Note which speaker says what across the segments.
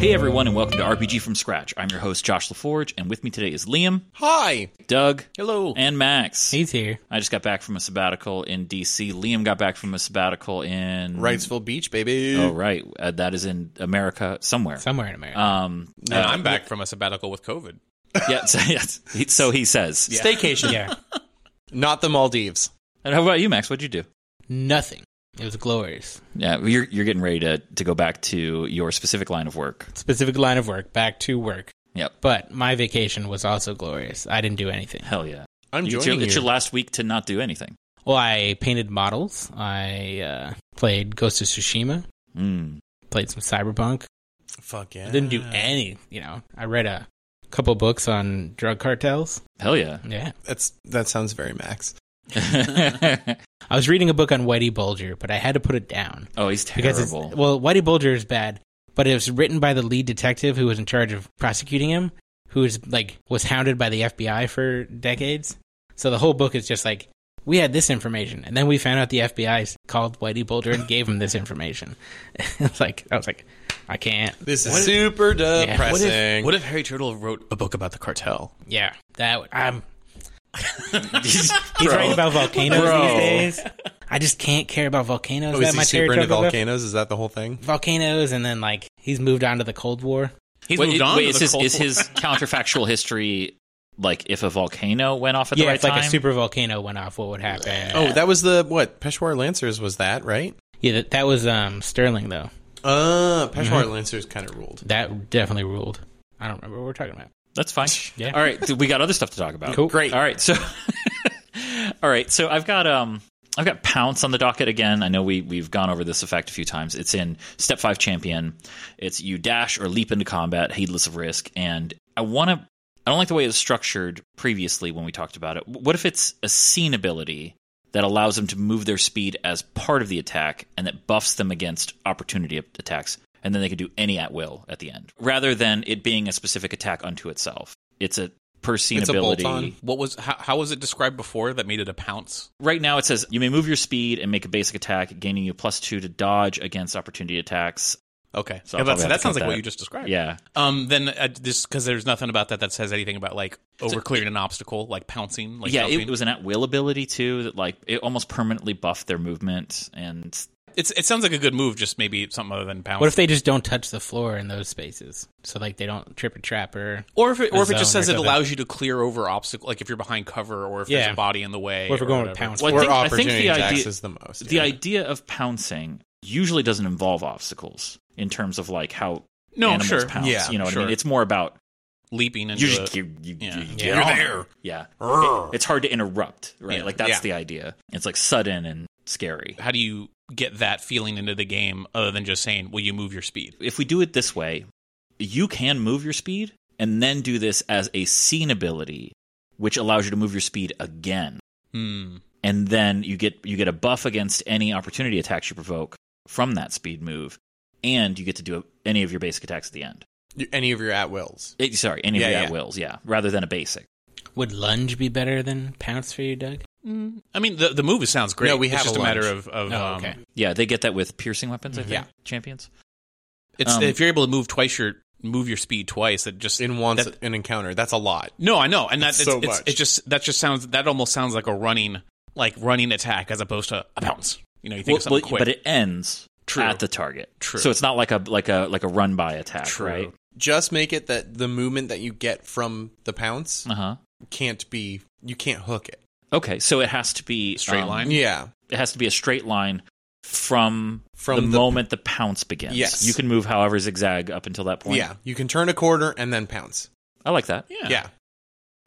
Speaker 1: Hey everyone, and welcome to RPG from Scratch. I'm your host Josh LaForge, and with me today is Liam,
Speaker 2: Hi.
Speaker 1: Doug,
Speaker 2: Hello.
Speaker 1: and Max.
Speaker 3: He's here.
Speaker 1: I just got back from a sabbatical in DC. Liam got back from a sabbatical in
Speaker 2: Wrightsville Beach, baby.
Speaker 1: Oh, right, uh, that is in America somewhere.
Speaker 3: Somewhere in
Speaker 2: Uh,
Speaker 3: America.
Speaker 1: Um,
Speaker 2: No, I'm back from a sabbatical with COVID.
Speaker 1: yeah, so, yes, He- so he says.
Speaker 2: Staycation.
Speaker 3: yeah.
Speaker 2: Not the Maldives.
Speaker 1: And how about you, Max? What'd you do?
Speaker 3: Nothing. It was glorious.
Speaker 1: Yeah, you're you're getting ready to to go back to your specific line of work.
Speaker 3: Specific line of work, back to work.
Speaker 1: Yep.
Speaker 3: But my vacation was also glorious. I didn't do anything.
Speaker 1: Hell yeah.
Speaker 2: I'm
Speaker 1: You- it's,
Speaker 2: joining
Speaker 1: your, it's
Speaker 2: you.
Speaker 1: your last week to not do anything.
Speaker 3: Well, I painted models. I uh, played Ghost of Tsushima.
Speaker 1: Mm.
Speaker 3: Played some Cyberpunk.
Speaker 2: Fuck yeah.
Speaker 3: I didn't do any, you know. I read a couple books on drug cartels.
Speaker 1: Hell yeah.
Speaker 3: Yeah.
Speaker 2: That's that sounds very Max.
Speaker 3: I was reading a book on Whitey Bulger, but I had to put it down.
Speaker 1: oh, he's
Speaker 3: Because it's,
Speaker 1: terrible.
Speaker 3: well, Whitey Bulger is bad, but it was written by the lead detective who was in charge of prosecuting him, who was like was hounded by the FBI for decades. So the whole book is just like we had this information, and then we found out the FBI called Whitey Bulger and gave him this information. it's like I was like, I can't.
Speaker 2: This is
Speaker 4: What if-
Speaker 2: super
Speaker 4: What
Speaker 2: depressing.
Speaker 4: if, what if Harry Turtle wrote a book about the cartel?
Speaker 3: Yeah, that would- I'm.
Speaker 1: he's
Speaker 3: He's writing about volcanoes
Speaker 1: Bro.
Speaker 3: these days. I just can't care about volcanoes
Speaker 2: oh,
Speaker 3: that
Speaker 2: is he
Speaker 3: much.
Speaker 2: super into
Speaker 3: Eric Trump.
Speaker 2: volcanoes? Is that the whole thing?
Speaker 3: Volcanoes, and then like he's moved on to the Cold War.
Speaker 4: He's
Speaker 1: wait,
Speaker 4: moved on.
Speaker 1: wait,
Speaker 4: to
Speaker 1: is, his,
Speaker 4: the Cold
Speaker 1: is
Speaker 4: War.
Speaker 1: his counterfactual history like if a volcano went off at the
Speaker 3: Yeah,
Speaker 1: right
Speaker 3: if like
Speaker 1: time?
Speaker 3: a super volcano went off, what would happen?
Speaker 2: Oh, that was the what? Peshawar Lancers was that, right?
Speaker 3: Yeah, that, that was um, Sterling though.
Speaker 2: Uh Peshawar
Speaker 4: Mm-hmm.
Speaker 2: Lancers kind of ruled.
Speaker 3: That definitely ruled. I don't remember what we're talking about.
Speaker 1: That's fine.
Speaker 3: Yeah.
Speaker 1: All right, th- we got other stuff to talk about.
Speaker 3: Cool.
Speaker 1: Great. All right, so All right, so I've got um I've got Pounce on the docket again. I know we we've gone over this effect a few times. It's in Step 5 Champion. It's you dash or leap into combat heedless of risk and I want to I don't like the way it was structured previously when we talked about it. What if it's a scene ability that allows them to move their speed as part of the attack and that buffs them against opportunity attacks, and then they can do any at will at the end, rather than it being a specific attack unto itself. It's a per scene
Speaker 2: It's a
Speaker 1: ability.
Speaker 2: bolt-on.
Speaker 4: What was how, how was it described before that made it a pounce?
Speaker 1: Right now, it says you may move your speed and make a basic attack, gaining you plus two to dodge against opportunity attacks.
Speaker 4: Okay,
Speaker 1: So
Speaker 4: Yeah,
Speaker 1: I'll
Speaker 4: that's-
Speaker 1: probably have
Speaker 4: that
Speaker 1: to
Speaker 4: sounds
Speaker 1: cut
Speaker 4: like
Speaker 1: that.
Speaker 4: what you just described.
Speaker 1: Yeah,
Speaker 4: Um. Then uh, just because there's nothing about that that says anything about like over clearing an obstacle, like pouncing. Like
Speaker 1: yeah.
Speaker 4: jumping.
Speaker 1: It, it was an at will ability too that like it almost permanently buffed their movement and
Speaker 4: It's, it sounds like a good move, just maybe something other than pounce.
Speaker 3: What if they just don't touch the floor in those spaces? So like they don't trip a trap or
Speaker 4: or if it, or
Speaker 3: a
Speaker 4: if it just
Speaker 3: zone or
Speaker 4: says it
Speaker 3: something.
Speaker 4: allows you to clear over obstacle, like if you're behind cover or if there's
Speaker 3: Yeah.
Speaker 4: a body in the way.
Speaker 3: What if we're
Speaker 4: or
Speaker 3: going with
Speaker 4: whatever.
Speaker 3: pounce?
Speaker 1: Well, I
Speaker 2: or
Speaker 1: think- I think
Speaker 2: opportunity
Speaker 1: the
Speaker 2: attacks
Speaker 1: idea-
Speaker 2: is the most.
Speaker 1: the
Speaker 2: yeah.
Speaker 1: idea of pouncing usually doesn't involve obstacles in terms of like how
Speaker 4: No,
Speaker 1: animals
Speaker 4: sure.
Speaker 1: pounce.
Speaker 2: Yeah,
Speaker 1: you know what I
Speaker 4: sure.
Speaker 1: mean. It's more about
Speaker 4: Leaping into
Speaker 1: you just
Speaker 4: a-
Speaker 1: you, you,
Speaker 4: yeah.
Speaker 1: you-
Speaker 3: Yeah.
Speaker 1: you-
Speaker 3: You're
Speaker 4: there.
Speaker 1: Yeah, It- it's hard to interrupt, right?
Speaker 4: Yeah.
Speaker 1: Like that's
Speaker 4: Yeah.
Speaker 1: the idea. It's like sudden and scary.
Speaker 4: how do you get that feeling into the game other than just saying, "Will you move your speed?"
Speaker 1: If we do it this way, you can move your speed and then do this as a scene ability, which allows you to move your speed again,
Speaker 4: Hmm.
Speaker 1: and then you get you get a buff against any opportunity attacks you provoke from that speed move, and you get to do any of your basic attacks at the end.
Speaker 2: You- any of your at wills.
Speaker 1: Eh, sorry, any
Speaker 2: Yeah,
Speaker 1: of your at
Speaker 2: yeah.
Speaker 1: wills, yeah, rather than a basic.
Speaker 3: would lunge be better than pounce for you, Doug?
Speaker 4: Hmm. I mean, the the move sounds great.
Speaker 2: No, we have
Speaker 4: it's just
Speaker 2: a
Speaker 4: a, matter
Speaker 2: lunge.
Speaker 4: of, of
Speaker 3: Oh,
Speaker 4: um,
Speaker 3: okay.
Speaker 1: Yeah, they get that with piercing weapons,
Speaker 4: Mm-hmm.
Speaker 1: I think.
Speaker 2: Yeah.
Speaker 1: Champions.
Speaker 4: It's
Speaker 1: Um,
Speaker 4: if you're able to move twice your move your speed twice. It just
Speaker 2: In once
Speaker 4: that-
Speaker 2: an encounter. That's a lot.
Speaker 4: no, I know, and that
Speaker 2: It's
Speaker 4: it's,
Speaker 2: so
Speaker 4: it's-
Speaker 2: much.
Speaker 4: it just that just sounds that almost sounds like a running like running attack as opposed to a bounce. You know, you think of something
Speaker 1: Well,
Speaker 4: quick.
Speaker 1: but it ends
Speaker 4: True.
Speaker 1: at the target.
Speaker 4: True.
Speaker 1: So it's not like a like a like a run by attack,
Speaker 4: True.
Speaker 1: right?
Speaker 2: Just make it that the movement that you get from the pounce
Speaker 1: Uh huh.
Speaker 2: can't be you can't hook it.
Speaker 1: Okay, so it has to be um,
Speaker 4: Straight line?
Speaker 2: Yeah.
Speaker 1: It has to be a straight line from the,
Speaker 2: from
Speaker 1: moment the pounce begins.
Speaker 2: Yes.
Speaker 1: You can move however zigzag up until that point.
Speaker 2: Yeah, you can turn a corner and then pounce.
Speaker 1: I like that.
Speaker 4: Yeah.
Speaker 2: Yeah.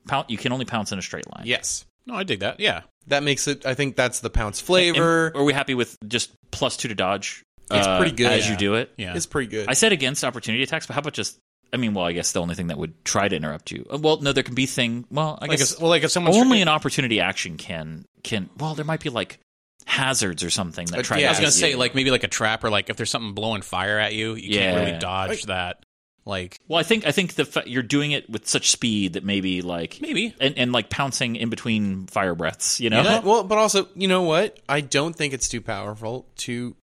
Speaker 1: Poun- you can only pounce in a straight line.
Speaker 2: Yes.
Speaker 4: No, I dig that. Yeah.
Speaker 2: That makes it I think that's the pounce
Speaker 1: And
Speaker 2: flavor.
Speaker 1: are we happy with just plus two to dodge?
Speaker 2: It's
Speaker 1: uh,
Speaker 2: pretty good.
Speaker 1: as you
Speaker 4: Yeah.
Speaker 1: do it.
Speaker 4: Yeah.
Speaker 2: It's pretty good.
Speaker 1: I said against opportunity attacks, but how about just? I mean, well, I guess the only thing that would try to interrupt you. uh, Well, no, there can be thing. Well, I
Speaker 4: like
Speaker 1: guess
Speaker 4: if, well, like if someone's
Speaker 1: only an opportunity action can can. Well, there might be like hazards or something that
Speaker 2: Uh,
Speaker 1: try.
Speaker 2: yeah,
Speaker 1: to
Speaker 4: I was
Speaker 1: hit
Speaker 4: gonna
Speaker 1: you.
Speaker 4: say like maybe like a trap or like if there's something blowing fire at you, you
Speaker 1: Yeah.
Speaker 4: can't really dodge that. Like
Speaker 1: Well, I think I think the fa- you're doing it with such speed that maybe like
Speaker 4: maybe
Speaker 1: and, and like pouncing in between fire breaths. You know,
Speaker 2: Yeah, well, but also, you know what? I don't think it's too powerful to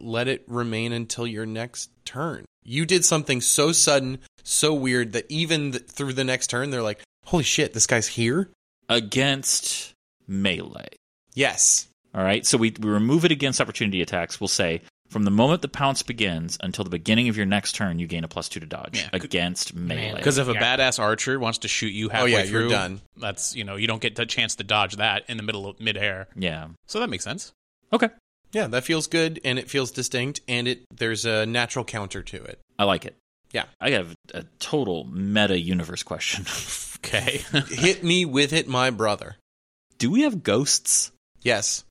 Speaker 2: let it remain until your next turn. You did something so sudden, so weird that even th- through the next turn, they're like, "Holy shit, this guy's here!"
Speaker 1: against melee.
Speaker 2: Yes,
Speaker 1: All right. So we, we remove it against opportunity attacks. We'll say from the moment the pounce begins until the beginning of your next turn, you gain a plus two to dodge
Speaker 4: Yeah.
Speaker 1: against melee.
Speaker 4: because if a
Speaker 3: Yeah.
Speaker 4: badass archer wants to shoot you
Speaker 2: Oh,
Speaker 4: halfway
Speaker 2: yeah, you're
Speaker 4: through,
Speaker 2: done.
Speaker 4: That's you know you don't get the chance to dodge that in the middle of midair.
Speaker 1: yeah.
Speaker 4: So that makes sense.
Speaker 1: Okay.
Speaker 2: yeah, that feels good, and it feels distinct, and it there's a natural counter to it.
Speaker 1: I like it.
Speaker 2: Yeah.
Speaker 1: I have a total meta universe question.
Speaker 4: Okay.
Speaker 2: Hit me with it, my brother.
Speaker 1: Do we have ghosts?
Speaker 2: Yes,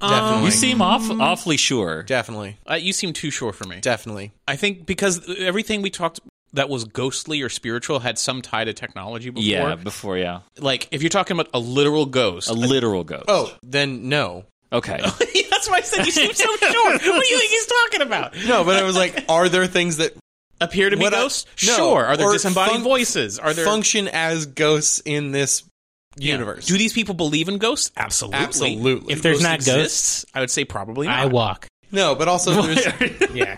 Speaker 4: Um,
Speaker 1: You
Speaker 2: Like-
Speaker 1: seem off, awfully sure.
Speaker 2: definitely,
Speaker 4: uh, you seem too sure for me.
Speaker 2: definitely.
Speaker 4: I think because everything we talked that was ghostly or spiritual had some tie to technology before.
Speaker 1: Yeah, before, yeah.
Speaker 4: Like if you're talking about a literal ghost.
Speaker 1: A literal ghost.
Speaker 2: Oh, then no,
Speaker 1: Okay.
Speaker 4: That's why I said you seem so sure. What do you think he's talking about?
Speaker 2: no. But I was like, are there things that
Speaker 4: Appear to be
Speaker 2: What I-
Speaker 4: ghosts?
Speaker 2: no.
Speaker 4: Sure. Are there
Speaker 2: Or
Speaker 4: disembodied
Speaker 2: func-
Speaker 4: voices? Are there
Speaker 2: function as ghosts in this
Speaker 4: Yeah.
Speaker 2: universe?
Speaker 4: Do these people believe in ghosts? Absolutely.
Speaker 2: Absolutely.
Speaker 3: If there's not ghosts,
Speaker 4: I would say probably not.
Speaker 3: I walk.
Speaker 2: No, but also there's.
Speaker 3: Yeah,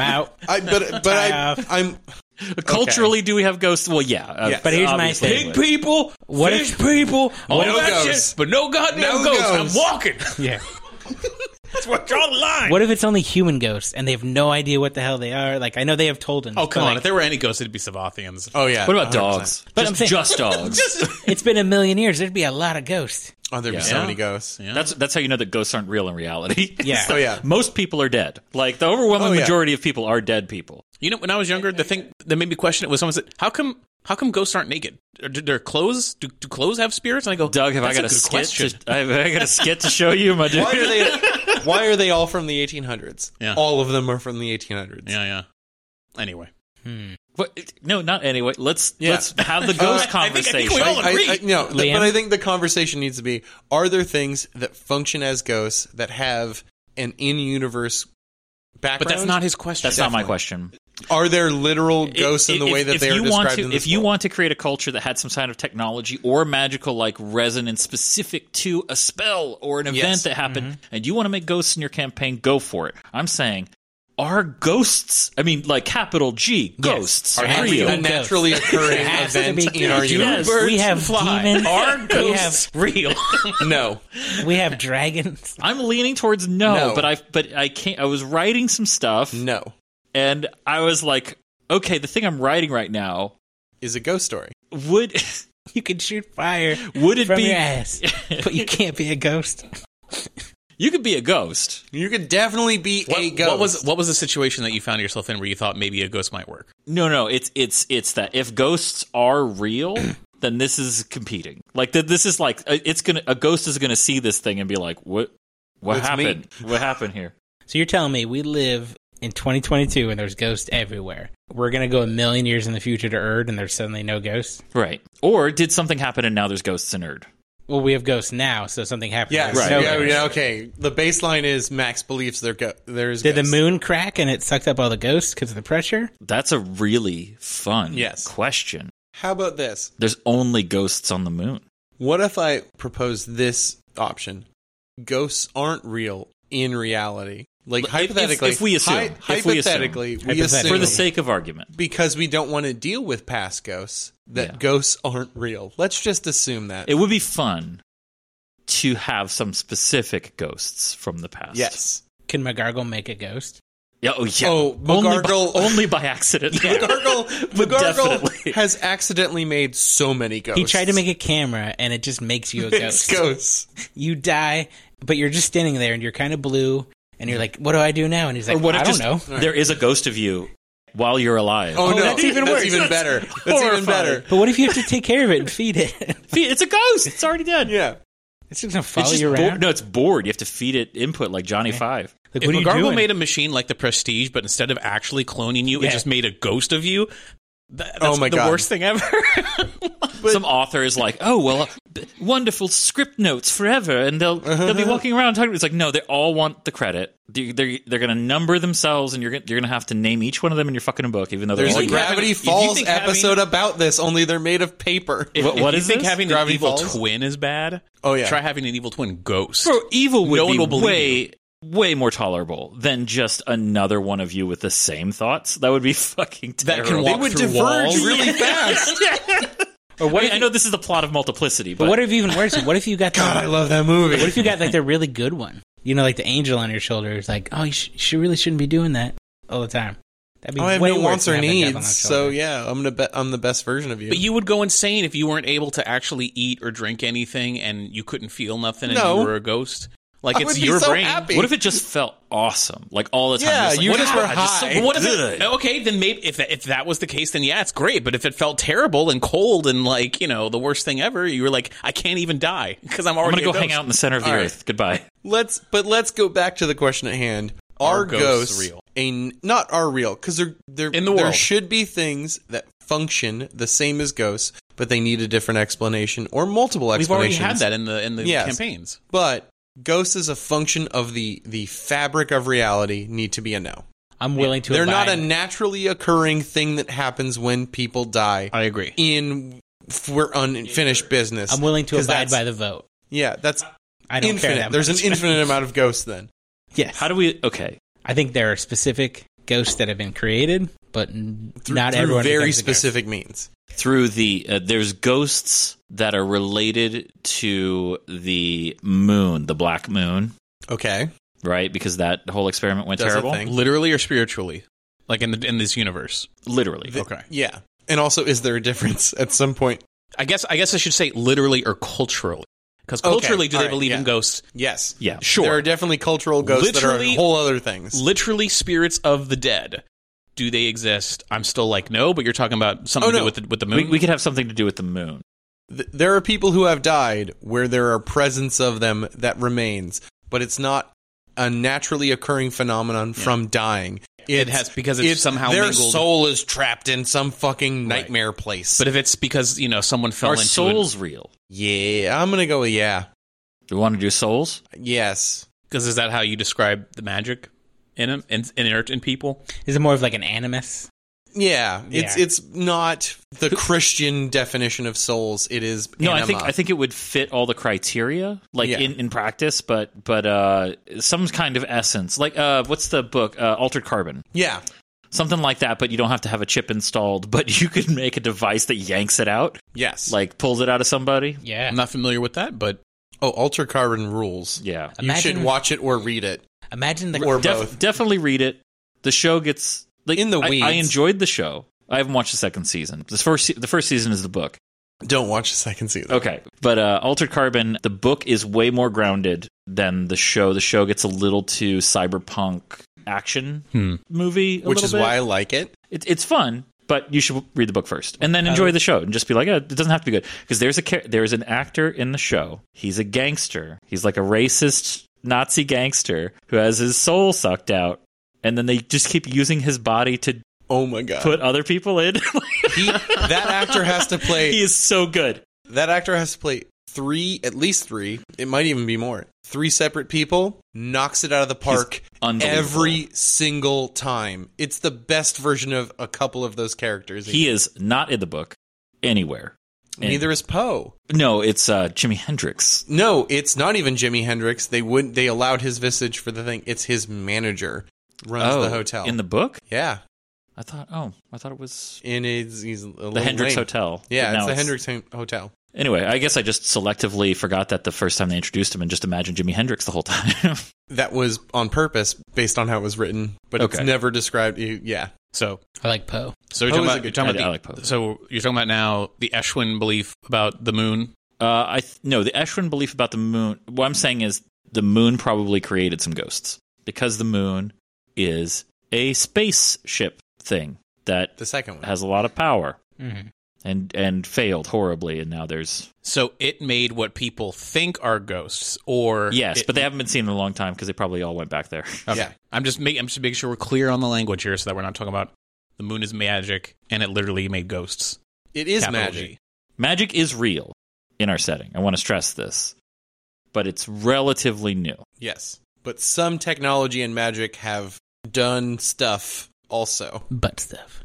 Speaker 3: out.
Speaker 2: I, but but I,
Speaker 3: Tough.
Speaker 2: I'm
Speaker 1: Culturally, do we have ghosts? Well, yeah. uh,
Speaker 2: Yeah.
Speaker 3: But here's my
Speaker 1: obviously.
Speaker 3: thing.
Speaker 4: people,
Speaker 3: What
Speaker 4: fish
Speaker 3: if-
Speaker 4: people, all
Speaker 2: No
Speaker 4: that
Speaker 2: ghosts.
Speaker 4: shit, but no goddamn
Speaker 2: No
Speaker 4: ghosts.
Speaker 2: ghosts.
Speaker 4: I'm walking.
Speaker 3: Yeah.
Speaker 4: That's where I draw the line.
Speaker 3: What if it's only human ghosts and they have no idea what the hell they are? Like I know they have Tolden.
Speaker 4: Oh come on!
Speaker 3: but, like,
Speaker 4: if there were any ghosts, it'd be Savathians.
Speaker 2: Oh yeah.
Speaker 1: What about
Speaker 2: 100%.
Speaker 1: dogs?
Speaker 3: But
Speaker 1: just,
Speaker 3: I'm saying-
Speaker 1: just dogs.
Speaker 3: it's been a million years. There'd be a lot of ghosts.
Speaker 2: Oh, there'd
Speaker 1: Yeah.
Speaker 2: be so many ghosts.
Speaker 1: That's that's how you know that ghosts aren't real in reality.
Speaker 3: Yeah.
Speaker 2: Oh yeah.
Speaker 1: Most people are dead. Like the overwhelming
Speaker 2: Oh, yeah.
Speaker 1: majority of people are dead people.
Speaker 4: You know, when I was younger, the thing that made me question it was someone said, "How come? How come ghosts aren't naked? Or do their clothes? Do, do clothes have spirits?" And I go,
Speaker 1: Doug, have I
Speaker 4: "That's
Speaker 1: got a,
Speaker 4: good
Speaker 1: skit?
Speaker 4: question."
Speaker 1: To, I, have I got a skit to show you, my dude.
Speaker 2: Why are they? Why are they all from the 1800s?
Speaker 4: Yeah.
Speaker 2: All of them are from the 1800s.
Speaker 4: Yeah, yeah. Anyway,
Speaker 1: What- No, not anyway. Let's
Speaker 2: Yeah. Uh,
Speaker 1: let's have the ghost
Speaker 4: I think- I
Speaker 1: conversation.
Speaker 4: think we
Speaker 2: I,
Speaker 4: all- agree.
Speaker 2: I, I, no, th-
Speaker 3: Liam?
Speaker 2: but I think the conversation needs to be: Are there things that function as ghosts that have an in-universe
Speaker 4: but
Speaker 2: background?
Speaker 4: that's not his question.
Speaker 1: that's not my question.
Speaker 2: Are there literal ghosts in the
Speaker 1: If-
Speaker 2: way
Speaker 1: if-
Speaker 2: that
Speaker 1: if
Speaker 2: they are
Speaker 1: you
Speaker 2: described
Speaker 1: want to,
Speaker 2: in this
Speaker 1: if you
Speaker 2: book?
Speaker 1: want to create a culture that had some kind of technology or magical like resonance specific to a spell or an event
Speaker 2: Yes. Mm-hmm.
Speaker 1: that happened, and you want to make ghosts in your campaign, go for it. I'm saying, are ghosts? I mean, like capital G ghosts
Speaker 3: Are
Speaker 2: Are
Speaker 3: they
Speaker 2: we
Speaker 1: real?
Speaker 2: a
Speaker 3: ghosts?
Speaker 2: naturally occurring
Speaker 3: Has to
Speaker 2: event
Speaker 3: be
Speaker 2: in our
Speaker 3: ghosts.
Speaker 2: universe?
Speaker 1: Birds
Speaker 3: we have
Speaker 4: fly.
Speaker 3: demons.
Speaker 4: Are
Speaker 3: we
Speaker 4: ghosts
Speaker 3: have
Speaker 4: real?
Speaker 2: No.
Speaker 3: we have dragons.
Speaker 1: I'm leaning towards no,
Speaker 2: No.
Speaker 1: but I but I can't. I was writing some stuff,
Speaker 2: No.
Speaker 1: and I was like, okay, the thing I'm writing right now
Speaker 2: Is a ghost story.
Speaker 1: would
Speaker 3: You can shoot fire
Speaker 1: would it
Speaker 3: from
Speaker 1: be
Speaker 3: your ass, but you can't be a ghost.
Speaker 1: you could be a ghost.
Speaker 2: You could definitely be a
Speaker 4: what,
Speaker 2: ghost.
Speaker 4: what was what was the situation that you found yourself in where you thought maybe a ghost might work?
Speaker 1: No, no, it's it's it's that if ghosts are real, then this is competing. Like th- this is like uh, it's gonna a ghost is gonna see this thing and be like, what what
Speaker 2: That's me.
Speaker 1: happened? What happened here?
Speaker 3: So you're telling me we live in 2022 and there's ghosts everywhere. We're gonna go a million years in the future to Erd and there's suddenly no ghosts.
Speaker 1: Right? Or did something happen and now there's ghosts in Erd?
Speaker 3: Well, we have ghosts now, so something happened.
Speaker 2: Yeah,
Speaker 3: There's
Speaker 1: Right.
Speaker 3: no
Speaker 2: yeah,
Speaker 3: ghosts.
Speaker 2: yeah, okay. The baseline is Max believes there go- there's
Speaker 3: Did the
Speaker 2: ghosts.
Speaker 3: moon crack and it sucked up all the ghosts because of the pressure?
Speaker 1: That's a really fun
Speaker 2: Yes.
Speaker 1: question.
Speaker 2: How about this?
Speaker 1: There's only ghosts on the moon.
Speaker 2: What if I propose this option? Ghosts aren't real in reality. Like
Speaker 1: If- if-
Speaker 2: hypothetically,
Speaker 1: if we assume. If we assume.
Speaker 2: hypothetically, we
Speaker 3: Hypothetically.
Speaker 2: assume
Speaker 1: For the sake of argument,
Speaker 2: because we don't want to deal with past ghosts that
Speaker 1: Yeah.
Speaker 2: ghosts aren't real. Let's just assume that.
Speaker 1: it would be fun to have some specific ghosts from the past.
Speaker 2: yes.
Speaker 3: Can McGargle make a ghost?
Speaker 1: Yeah, oh, yeah.
Speaker 2: Oh,
Speaker 1: only, by,
Speaker 2: McGargle-
Speaker 1: only by accident.
Speaker 2: McGargle,
Speaker 1: definitely.
Speaker 2: McGargle has accidentally made so many ghosts.
Speaker 3: He tried to make a camera and it just makes you a
Speaker 2: It's
Speaker 3: ghost.
Speaker 2: ghosts.
Speaker 3: You die, but you're just standing there and you're kind of blue and you're like, what do I do now? And he's like,
Speaker 1: or what
Speaker 3: I
Speaker 1: if
Speaker 3: don't
Speaker 1: just
Speaker 3: know.
Speaker 1: there is a ghost of you while you're alive?
Speaker 2: Oh, no,
Speaker 4: that's even worse.
Speaker 2: That's even
Speaker 4: That's
Speaker 2: better. That's even
Speaker 4: horrifying.
Speaker 2: better.
Speaker 3: But what if you have to take care of it and feed it?
Speaker 1: it's a ghost. It's already dead.
Speaker 2: Yeah.
Speaker 3: it's just gonna follow
Speaker 1: It's just
Speaker 3: you
Speaker 1: bo-
Speaker 3: around.
Speaker 1: no, it's bored. You have to feed it input like Johnny Five.
Speaker 3: Like,
Speaker 4: If
Speaker 3: what are you
Speaker 4: Magarbo
Speaker 3: doing?
Speaker 4: made a machine like the Prestige, but instead of actually cloning you,
Speaker 3: Yeah.
Speaker 4: it just made a ghost of you. That, that's
Speaker 2: Oh my
Speaker 4: the
Speaker 2: God.
Speaker 4: worst thing ever.
Speaker 1: Some author is like, "Oh well, uh, b- wonderful script notes forever," and they'll they'll be walking around talking. It's like, no, they all want the credit. They- They're they're gonna number themselves, and you're gonna, you're gonna have to name each one of them in your fucking book, even though they're
Speaker 2: There's
Speaker 1: all
Speaker 2: a
Speaker 4: like
Speaker 1: your-
Speaker 2: Gravity
Speaker 4: having- if you
Speaker 2: Falls
Speaker 4: think having-
Speaker 2: episode about this, only they're made of paper.
Speaker 1: What- what
Speaker 4: you
Speaker 1: is
Speaker 4: think
Speaker 1: this?
Speaker 4: having
Speaker 2: Gravity
Speaker 4: an evil
Speaker 2: Falls?
Speaker 4: twin is bad?
Speaker 2: Oh, yeah.
Speaker 4: Try having an evil twin ghost.
Speaker 1: Bro, evil would
Speaker 4: No one
Speaker 1: be
Speaker 4: will believe
Speaker 1: way way more tolerable than just another one of you with the same thoughts. That would be fucking
Speaker 4: That
Speaker 1: terrible.
Speaker 4: can walk through walls.
Speaker 2: really fast.
Speaker 3: Or
Speaker 1: I,
Speaker 3: what?
Speaker 1: mean,
Speaker 3: If,
Speaker 1: I know this is the plot of Multiplicity, but,
Speaker 3: but what if even worse? What if you got?
Speaker 2: God, I
Speaker 3: the,
Speaker 2: love that movie.
Speaker 3: what if you got like the really good one? You know, like the angel on your shoulder is like, oh, you sh- she really shouldn't be doing that all the time. That'd be
Speaker 2: Oh, I have
Speaker 3: way
Speaker 2: no
Speaker 3: worse
Speaker 2: wants
Speaker 3: than
Speaker 2: or
Speaker 3: having a devil on
Speaker 2: needs,
Speaker 3: your
Speaker 2: so
Speaker 3: shoulder.
Speaker 2: yeah, I'm gonna be- I'm the best version of you.
Speaker 4: But you would go insane if you weren't able to actually eat or drink anything, and you couldn't feel nothing, and
Speaker 2: No.
Speaker 4: you were a ghost. Like
Speaker 2: I
Speaker 4: it's
Speaker 2: would be
Speaker 4: your
Speaker 2: so
Speaker 4: brain.
Speaker 2: happy.
Speaker 1: What if it just felt awesome, like all the time?
Speaker 2: Yeah,
Speaker 1: like,
Speaker 2: you
Speaker 1: what
Speaker 2: just
Speaker 1: if-
Speaker 2: were
Speaker 1: I just-
Speaker 2: high.
Speaker 1: but what if
Speaker 4: Good.
Speaker 1: it?
Speaker 4: Okay, then maybe if if that was the case, then yeah, it's great. But if it felt terrible and cold and like you know the worst thing ever, you were like, I can't even die because I'm
Speaker 1: I'm
Speaker 4: already
Speaker 1: gonna go
Speaker 4: a
Speaker 1: hang
Speaker 4: ghost.
Speaker 1: out in the center of the
Speaker 2: All right.
Speaker 1: earth. Goodbye.
Speaker 2: let's but let's go back to the question at hand. Are,
Speaker 4: Are
Speaker 2: ghosts,
Speaker 4: ghosts
Speaker 2: real?
Speaker 4: real?
Speaker 2: A, not are real because they're they're
Speaker 4: In the
Speaker 2: There
Speaker 4: world.
Speaker 2: should be things that function the same as ghosts, but they need a different explanation or multiple
Speaker 4: We've already
Speaker 2: explanations.
Speaker 4: had that in the in the
Speaker 2: Yes.
Speaker 4: campaigns.
Speaker 2: But ghosts is a function of the the fabric of reality. Need to be a no.
Speaker 3: I'm willing to.
Speaker 2: They're not a
Speaker 3: abide.
Speaker 2: naturally occurring thing that happens when people die
Speaker 4: I agree.
Speaker 2: in f- we're unfinished business.
Speaker 3: I'm willing to
Speaker 2: 'Cause
Speaker 3: abide
Speaker 2: that's-
Speaker 3: by the vote.
Speaker 2: Yeah, that's
Speaker 3: I don't care
Speaker 2: infinite.
Speaker 3: that
Speaker 2: There's an
Speaker 3: much.
Speaker 2: infinite amount of ghosts then.
Speaker 3: yes.
Speaker 1: How do we? Okay,
Speaker 3: I think there are specific ghosts that have been created, but n- not
Speaker 2: through
Speaker 3: everyone.
Speaker 2: very
Speaker 3: becomes a ghost.
Speaker 2: specific means.
Speaker 1: through the uh, there's ghosts that are related to the moon, the black moon,
Speaker 2: Okay.
Speaker 1: right? Because that whole experiment went
Speaker 2: Does a
Speaker 1: terrible.
Speaker 2: thing.
Speaker 4: Literally or spiritually, like in the in this universe.
Speaker 1: Literally,
Speaker 2: The-
Speaker 4: Okay.
Speaker 2: Yeah. And also, is there a difference at some point?
Speaker 4: I guess I guess I should say literally or culturally because
Speaker 2: Okay,
Speaker 4: culturally, do
Speaker 2: all
Speaker 4: they
Speaker 2: right,
Speaker 4: believe
Speaker 2: yeah.
Speaker 4: in ghosts?
Speaker 2: Yes.
Speaker 1: yeah.
Speaker 4: Sure.
Speaker 2: There are definitely cultural ghosts that
Speaker 4: Literally-
Speaker 2: are whole other things.
Speaker 4: literally spirits of the dead. Do they exist? I'm still like no, but you're talking about something
Speaker 2: Oh,
Speaker 4: to
Speaker 2: no.
Speaker 4: do with the, with the moon.
Speaker 1: We, we could have something to do with the moon.
Speaker 2: Th- there are people who have died where there are presence of them that remains, but it's not a naturally occurring phenomenon from dying.
Speaker 4: It has- because it's somehow
Speaker 2: their
Speaker 4: mingled-
Speaker 2: soul is trapped in some fucking nightmare place.
Speaker 4: but if it's because you know someone fell
Speaker 1: Are
Speaker 4: into
Speaker 1: souls real?
Speaker 2: yeah, I'm gonna go. with Yeah,
Speaker 1: Do we want to do souls?
Speaker 2: yes.
Speaker 4: because is that how you describe the magic in them in in, in, in people?
Speaker 3: Is it more of like an animus?
Speaker 2: Yeah, it's
Speaker 3: Yeah.
Speaker 2: it's not the Christian definition of souls. It is
Speaker 1: No, I
Speaker 2: anima.
Speaker 1: think I think it would fit all the criteria, like
Speaker 2: Yeah.
Speaker 1: in, in practice, but but uh, some kind of essence, like uh, what's the book, uh, Altered Carbon,
Speaker 2: yeah,
Speaker 1: something like that. But you don't have to have a chip installed, but you could make a device that yanks it out,
Speaker 2: yes.
Speaker 1: like pulls it out of somebody.
Speaker 3: Yeah.
Speaker 4: I'm not familiar with that, but
Speaker 2: oh, alter carbon rules.
Speaker 1: Yeah,
Speaker 3: Imagine-
Speaker 2: You should watch it or read it.
Speaker 3: Imagine the
Speaker 2: Or
Speaker 1: Def-
Speaker 2: both.
Speaker 1: definitely read it. The show gets like,
Speaker 2: In the
Speaker 1: I- I,
Speaker 2: weeds.
Speaker 1: enjoyed the show. I haven't watched the second season. This first se- the first season is the book.
Speaker 2: Don't watch the second season.
Speaker 1: Okay, but uh, Altered Carbon, the book is way more grounded than the show. The show gets a little too cyberpunk action
Speaker 4: Hmm.
Speaker 1: movie, a
Speaker 2: Which
Speaker 1: little
Speaker 2: is
Speaker 1: bit.
Speaker 2: why I like it.
Speaker 1: It, it's fun, but you should read the book first and then enjoy the show and just be like, oh, it doesn't have to be good because there's a char- there's an actor in the show. He's a gangster. He's like a racist Nazi gangster who has his soul sucked out, and then they just keep using his body to
Speaker 2: Oh my god.
Speaker 1: put other people in.
Speaker 2: He- that actor has to play
Speaker 1: he is so good.
Speaker 2: that actor has to play three at least three it might even be more three separate people knocks it out of the park
Speaker 1: unbelievable.
Speaker 2: every single time it's the best version of a couple of those characters
Speaker 1: He is not in the book anywhere. And-
Speaker 2: neither is poe
Speaker 1: No, it's uh, Jimi Hendrix.
Speaker 2: no it's not even jimi hendrix they wouldn't they allowed his visage for the thing it's his manager runs the hotel
Speaker 1: Oh, in the book.
Speaker 2: yeah
Speaker 1: I thought. Oh, I thought it was
Speaker 2: and it's he's a
Speaker 1: the Hendrix Hotel.
Speaker 2: yeah
Speaker 1: But
Speaker 2: it's
Speaker 1: now
Speaker 2: the hendrix Hen- hotel
Speaker 1: Anyway, I guess I just selectively forgot that the first time they introduced him and just imagined Jimi Hendrix the whole time.
Speaker 2: that was on purpose based on how it was written but it's
Speaker 1: Okay.
Speaker 2: never described you yeah
Speaker 4: so
Speaker 3: I like Poe.
Speaker 4: so you're
Speaker 2: Poe
Speaker 4: talking
Speaker 2: is a
Speaker 4: about, you're
Speaker 2: good
Speaker 4: talking
Speaker 1: guy.
Speaker 4: about
Speaker 1: I
Speaker 4: the,
Speaker 1: like Poe.
Speaker 4: so you're talking about now the Eshwin belief about the moon.
Speaker 1: uh, I th- no, the Eshwin belief about the moon. What I'm saying is the moon probably created some ghosts. because the moon is a spaceship thing that
Speaker 2: The second one.
Speaker 1: has a lot of power
Speaker 3: Mhm.
Speaker 1: and and failed horribly and now there's
Speaker 4: So it made what people think are ghosts, or
Speaker 1: yes
Speaker 4: it- Oh.
Speaker 1: but they haven't been seen in a long time because they probably all went back there
Speaker 4: Okay.
Speaker 2: Yeah.
Speaker 4: I'm just making. I'm just making sure we're clear on the language here, so that we're not talking about the moon is magic and it literally made ghosts.
Speaker 2: it is
Speaker 4: Capital
Speaker 2: magic.
Speaker 4: G.
Speaker 1: magic is real in our setting i want to stress this but it's relatively new
Speaker 2: Yes. But some technology and magic have done stuff also.
Speaker 3: butt stuff.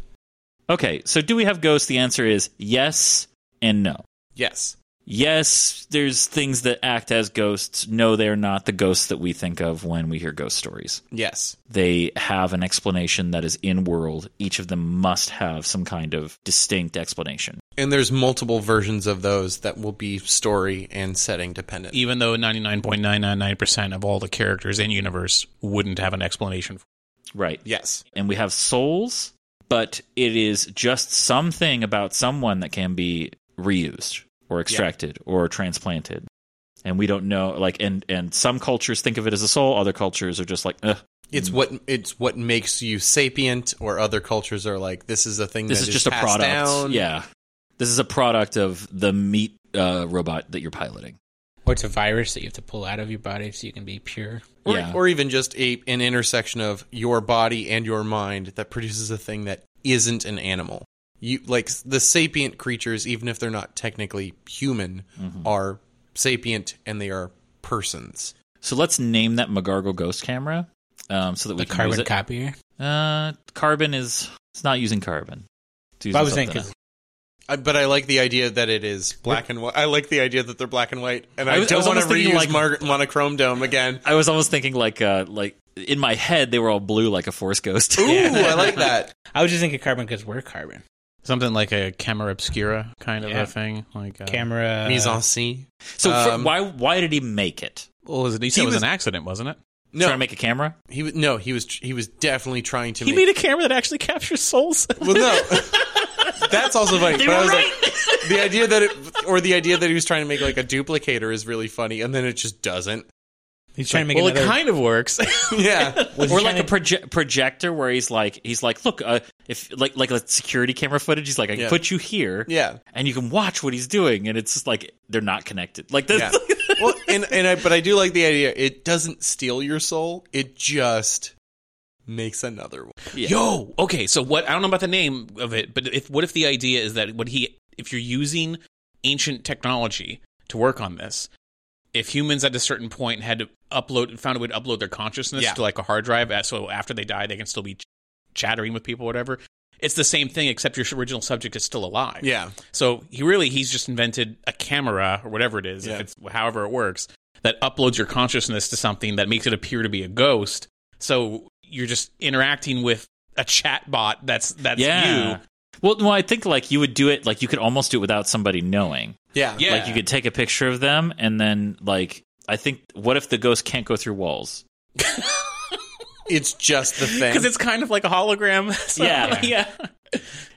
Speaker 1: okay so do we have ghosts the answer is yes and no
Speaker 2: Yes.
Speaker 1: yes, there's things that act as ghosts. No, they're not the ghosts that we think of when we hear ghost stories.
Speaker 2: Yes.
Speaker 1: They have an explanation that is in world. Each of them must have some kind of distinct explanation.
Speaker 2: And there's multiple versions of those that will be story and setting dependent.
Speaker 1: E
Speaker 4: Even though 99.999% of all the characters in universe wouldn't have an explanation. For
Speaker 1: Right.
Speaker 2: Yes.
Speaker 1: And we have souls, but it is just something about someone that can be reused or extracted or transplanted. And we don't know like and and some cultures think of it as a soul, other cultures are just like, Ugh,
Speaker 2: It's
Speaker 1: Mm.
Speaker 2: what it's what makes you sapient or other cultures are like this is a thing
Speaker 1: this
Speaker 2: that
Speaker 1: is just a
Speaker 2: passed
Speaker 1: product.
Speaker 2: down.
Speaker 1: Yeah, this is a product of the meat uh, robot that you're piloting.
Speaker 3: Or it's a virus that you have to pull out of your body so you can be pure.
Speaker 2: Or,
Speaker 1: yeah,
Speaker 2: or even just a an intersection of your body and your mind that produces a thing that isn't an animal. You like the sapient creatures, even if they're not technically human,
Speaker 1: Mm-hmm.
Speaker 2: are sapient and they are persons.
Speaker 1: so let's name that McGargle ghost camera, um, so that we
Speaker 3: The
Speaker 1: can use
Speaker 3: carbon
Speaker 1: it.
Speaker 3: copier.
Speaker 1: uh, carbon is it's not using carbon. It's using
Speaker 3: I was thinking
Speaker 1: something else.
Speaker 2: I, but I like the idea that it is black and white. I like the idea that they're black and white, and I,
Speaker 1: I was- I
Speaker 2: don't
Speaker 1: was
Speaker 2: want to
Speaker 1: almost thinking
Speaker 2: reuse
Speaker 1: like-
Speaker 2: mar- monochrome dome again.
Speaker 1: I was almost thinking like uh, like in my head they were all blue like a force ghost.
Speaker 2: Ooh, I like that.
Speaker 3: I was just thinking carbon because we're carbon.
Speaker 4: something like a camera obscura kind of
Speaker 3: Yeah.
Speaker 4: a thing. Like uh,
Speaker 3: Camera.
Speaker 2: Mise en scene.
Speaker 1: so for-
Speaker 2: Um,
Speaker 1: why why did he make it?
Speaker 4: Well, was it, you said
Speaker 2: He
Speaker 4: it was,
Speaker 2: was-
Speaker 4: an accident, wasn't it?
Speaker 2: No,
Speaker 1: Trying to make a camera?
Speaker 2: he was no, he was tr- he was definitely trying to.
Speaker 4: He
Speaker 2: make-
Speaker 4: made a camera that actually captures souls.
Speaker 2: Well, no, that's also funny. but I was like, the idea that it, or the idea that he was trying to make like a duplicator is really funny, and then it just doesn't.
Speaker 3: He's trying to make
Speaker 4: well,
Speaker 3: another.
Speaker 4: it kind of works.
Speaker 2: Yeah,
Speaker 3: was he
Speaker 1: or
Speaker 3: trying
Speaker 1: like a
Speaker 3: to-
Speaker 1: proje- projector where he's like he's like look uh, if like like a security camera footage he's like I can
Speaker 2: Yeah.
Speaker 1: put you here
Speaker 2: yeah,
Speaker 1: and you can watch what he's doing and it's just like they're not connected like this
Speaker 2: yeah. Well, and and I, but I do like the idea. It doesn't steal your soul. It just makes another one.
Speaker 1: Yeah.
Speaker 4: Yo, okay. So what? I don't know about the name of it, but if what if the idea is that what he if you're using ancient technology to work on this, if humans at a certain point had to upload found a way to upload their consciousness
Speaker 2: Yeah.
Speaker 4: to like a hard drive, uh, so after they die, they can still be ch- chattering with people, whatever. It's the same thing, except your original subject is still alive.
Speaker 2: Yeah,
Speaker 4: So he really he's just invented a camera or whatever it is,
Speaker 2: Yeah.
Speaker 4: if it's however it works, that uploads your consciousness to something that makes it appear to be a ghost. So you're just interacting with a chat bot that's that's
Speaker 1: yeah
Speaker 4: you.
Speaker 1: well no i think like you would do it like you could almost do it without somebody knowing
Speaker 2: yeah,
Speaker 4: Yeah.
Speaker 1: like you could take a picture of them and then like i think what if the ghost can't go through walls
Speaker 2: It's just the thing.
Speaker 4: Because it's kind of like a hologram. So,
Speaker 1: Yeah.
Speaker 4: yeah.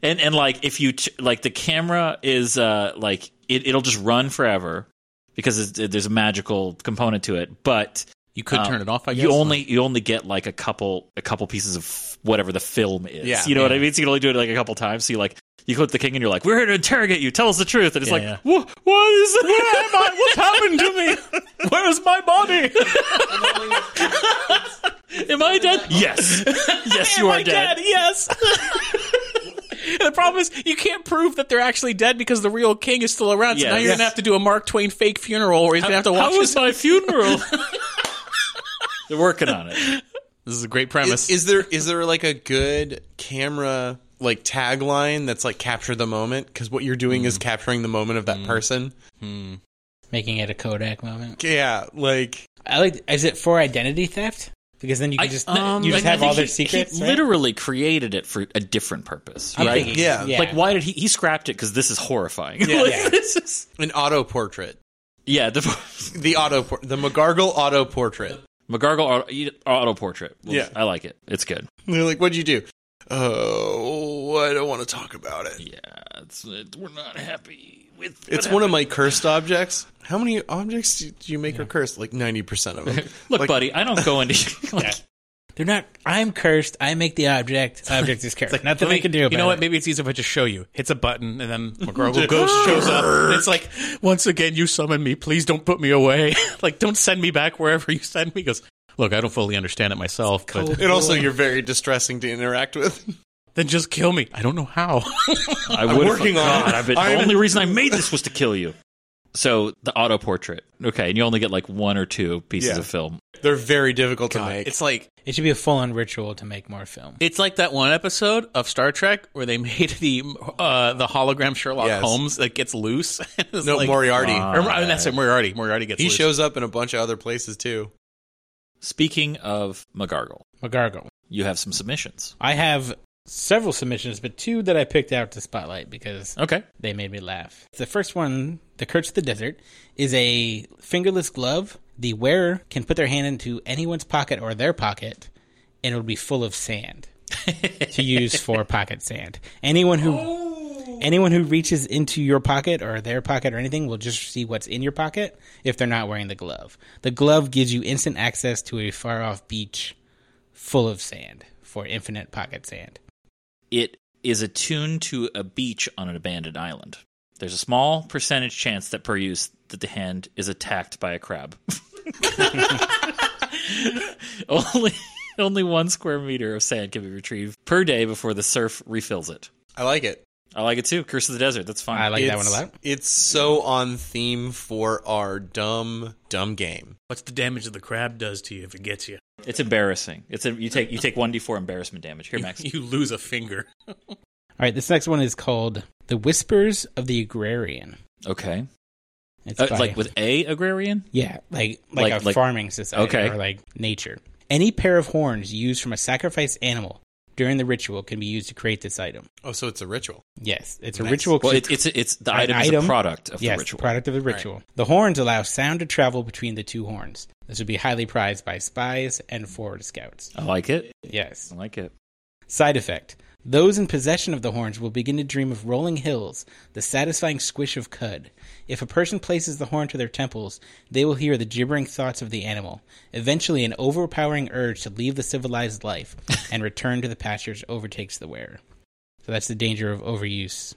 Speaker 1: and and like if you t- like the camera is uh like it, it'll just run forever because it's, it, there's a magical component to it but
Speaker 4: Uh, You could
Speaker 1: Um,
Speaker 4: turn it off, I guess.
Speaker 1: you only you only get like a couple a couple pieces of whatever the film is.
Speaker 2: Yeah,
Speaker 1: you know what I
Speaker 4: yeah.
Speaker 1: mean. So you can only do it like a couple times. So you like you clip the king and you're like, "We're here to interrogate you. Tell us the truth." And it's
Speaker 4: Yeah,
Speaker 1: like,
Speaker 4: yeah.
Speaker 1: "Wha- "What is? Where am I? What's happened to me? Where is my body? am I dead? Yes, yes, you
Speaker 4: Am
Speaker 1: are
Speaker 4: I
Speaker 1: dead.
Speaker 4: Yes. And the problem is, you can't prove that they're actually dead because the real king is still around. So
Speaker 1: Yes.
Speaker 4: now you're
Speaker 1: Yes.
Speaker 4: going to have to do a Mark Twain fake funeral, or he's going to have to watch
Speaker 1: How
Speaker 4: his.
Speaker 1: was my funeral?" They're working on it.
Speaker 4: This is a great premise.
Speaker 2: Is, is there is there like a good camera like tagline that's like capture the moment? Because what you're doing
Speaker 4: Mm.
Speaker 2: is capturing the moment of that person.
Speaker 3: making it a Kodak moment.
Speaker 2: Yeah, like
Speaker 3: I like. Is it for identity theft? Because then you can just you just
Speaker 1: like, I
Speaker 3: have all
Speaker 1: think
Speaker 3: their
Speaker 1: he-
Speaker 3: secrets.
Speaker 1: He
Speaker 3: right?
Speaker 1: literally created it for a different purpose.
Speaker 3: I'm
Speaker 1: right?
Speaker 3: thinking,
Speaker 2: Yeah.
Speaker 3: yeah.
Speaker 1: Like, why did he? He scrapped it because this is horrifying.
Speaker 2: Yeah.
Speaker 1: Like,
Speaker 3: Yeah.
Speaker 1: this is-
Speaker 2: an auto portrait.
Speaker 1: yeah, the
Speaker 2: The auto por- the McGargle auto portrait.
Speaker 1: McGargle auto, auto portrait. Well,
Speaker 2: Yeah.
Speaker 1: I like it. It's good.
Speaker 2: They're like, what'd you do? Oh, I don't want to talk about it.
Speaker 1: Yeah, it's, it, we're not happy with. what
Speaker 2: It's one of my cursed objects. How many objects do do you make are cursed? Like ninety percent of them.
Speaker 1: Look,
Speaker 2: like-
Speaker 1: buddy, I don't go into like,
Speaker 3: They're not. I'm cursed. I make the object. Object is cursed. Nothing
Speaker 4: Let
Speaker 3: I
Speaker 4: me-
Speaker 3: can do.
Speaker 4: You
Speaker 3: About
Speaker 4: know what?
Speaker 3: It.
Speaker 4: Maybe it's easier if I just show you. Hits a button, and then McGorgle Ghost shows up. And it's like, once again, you summon me. Please don't put me away. like, don't send me back wherever you send me. He goes, look, I don't fully understand it myself, but
Speaker 2: And also, you're very distressing to interact with.
Speaker 4: then just kill me. I don't know how.
Speaker 1: I would
Speaker 2: working on it.
Speaker 1: I've been,
Speaker 2: I'm-
Speaker 1: the only reason I made this was to kill you. So the auto portrait. Okay, and you only get like one or two pieces
Speaker 2: Yeah.
Speaker 1: of film.
Speaker 2: They're very difficult to
Speaker 4: God,
Speaker 2: make.
Speaker 4: It's like
Speaker 3: It should be a full-on ritual to make more film.
Speaker 4: it's like that one episode of Star Trek where they made the uh, the hologram Sherlock
Speaker 2: Yes.
Speaker 4: Holmes that gets loose. It's
Speaker 2: no
Speaker 4: like-
Speaker 2: Moriarty.
Speaker 1: Wow.
Speaker 4: Or, I mean, that's it, Moriarty. Moriarty gets
Speaker 2: He
Speaker 4: loose.
Speaker 2: shows up in a bunch of other places too.
Speaker 1: Speaking of McGargle,
Speaker 3: McGargle.
Speaker 1: you have some submissions.
Speaker 3: I have several submissions, but two that I picked out to spotlight because
Speaker 1: Okay.
Speaker 3: they made me laugh. The first one, the Curse of the Desert, is a fingerless glove. The wearer can put their hand into anyone's pocket or their pocket, and it'll be full of sand to use for pocket sand. Anyone who anyone who reaches into your pocket or their pocket or anything will just see what's in your pocket if they're not wearing the glove. The glove gives you instant access to a far off beach full of sand for infinite pocket sand.
Speaker 1: It is attuned to a beach on an abandoned island. There's a small percentage chance that per use that the hand is attacked by a crab. only only one square meter of sand can be retrieved per day before the surf refills it.
Speaker 2: I like it.
Speaker 1: I like it too. Curse of the Desert. That's fine.
Speaker 3: I like that one a
Speaker 2: It's-
Speaker 3: lot.
Speaker 2: It's so on theme for our dumb, dumb game.
Speaker 5: What's the damage that the crab does to you if it gets you?
Speaker 1: It's embarrassing. It's a, you take you take one d four embarrassment damage. Here, Max.
Speaker 4: You lose a finger.
Speaker 3: All right, this next one is called "The Whispers of the Agrarian."
Speaker 1: Okay,
Speaker 3: It's
Speaker 1: Uh,
Speaker 3: by-
Speaker 1: like with a agrarian.
Speaker 3: yeah, like like,
Speaker 1: Like-
Speaker 3: a
Speaker 1: like-
Speaker 3: farming society
Speaker 1: okay.
Speaker 3: or like nature. Any pair of horns used from a sacrificed animal during the ritual can be used to create this item.
Speaker 2: Oh, so it's a ritual.
Speaker 3: Yes, it's a
Speaker 2: Nice.
Speaker 3: ritual.
Speaker 1: Well, it, it's it's the
Speaker 3: An
Speaker 1: item, is a
Speaker 3: item?
Speaker 1: product of
Speaker 3: yes,
Speaker 1: the ritual.
Speaker 3: product of the
Speaker 2: Right.
Speaker 3: ritual. The horns allow sound to travel between the two horns. This would be highly prized by spies and forward scouts.
Speaker 1: I like it.
Speaker 3: Yes.
Speaker 1: I like it.
Speaker 3: Side effect. Those in possession of the horns will begin to dream of rolling hills, the satisfying squish of cud. If a person places the horn to their temples, they will hear the gibbering thoughts of the animal. Eventually, an overpowering urge to leave the civilized life and return to the pastures overtakes the wearer. So that's the danger of overuse.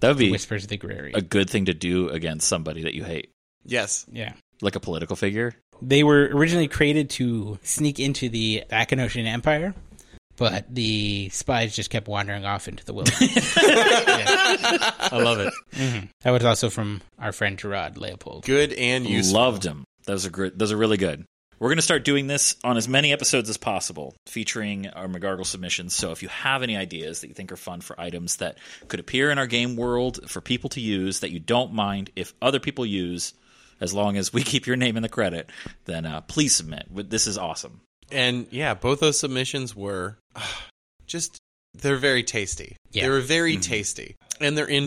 Speaker 1: That would
Speaker 3: The
Speaker 1: be
Speaker 3: whispers of the Grary.
Speaker 1: a good thing to do against somebody that you hate,
Speaker 2: Yes.
Speaker 3: yeah.
Speaker 1: like a political figure.
Speaker 3: They were originally created to sneak into the Akanosian Empire, but the spies just kept wandering off into the wilderness.
Speaker 4: I love it.
Speaker 3: Mhm. That was also from our friend Gerard Leopold.
Speaker 2: Good and useful.
Speaker 1: Loved them. Those are great. Those are really good. We're going to start doing this on as many episodes as possible, featuring our McGargle submissions. So if you have any ideas that you think are fun for items that could appear in our game world for people to use that you don't mind if other people use, as long as we keep your name in the credit, then uh, please submit. This is awesome.
Speaker 2: And yeah, both those submissions were ah, just they're very tasty.
Speaker 3: Yeah.
Speaker 2: They were very
Speaker 1: Mm-hmm.
Speaker 2: tasty. And they're in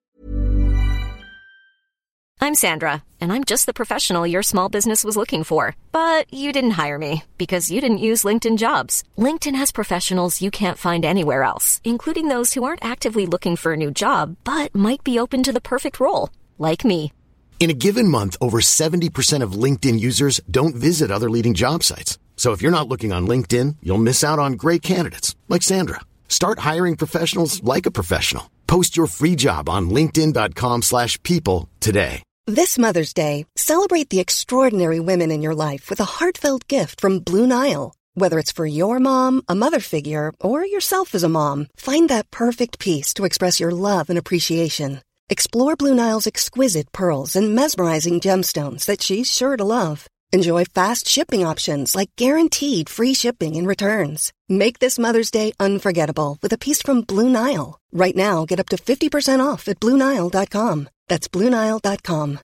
Speaker 6: I'm Sandra, and I'm just the professional your small business was looking for. But you didn't hire me because you didn't use LinkedIn jobs. LinkedIn has professionals you can't find anywhere else, including those who aren't actively looking for a new job but might be open to the perfect role, like me.
Speaker 7: In a given month, over 70% of LinkedIn users don't visit other leading job sites. So if you're not looking on LinkedIn, you'll miss out on great candidates like Sandra. Start hiring professionals like a professional. Post your free job on linkedin.com/people slash people today.
Speaker 8: This Mother's Day, celebrate the extraordinary women in your life with a heartfelt gift from Blue Nile. Whether it's for your mom, a mother figure, or yourself as a mom, find that perfect piece to express your love and appreciation. Explore Blue Nile's exquisite pearls and mesmerizing gemstones that she's sure to love. Enjoy fast shipping options like guaranteed free shipping and returns. Make this Mother's Day unforgettable with a piece from Blue Nile. Right now, get up to 50% off at BlueNile.com. That's BlueNile.com.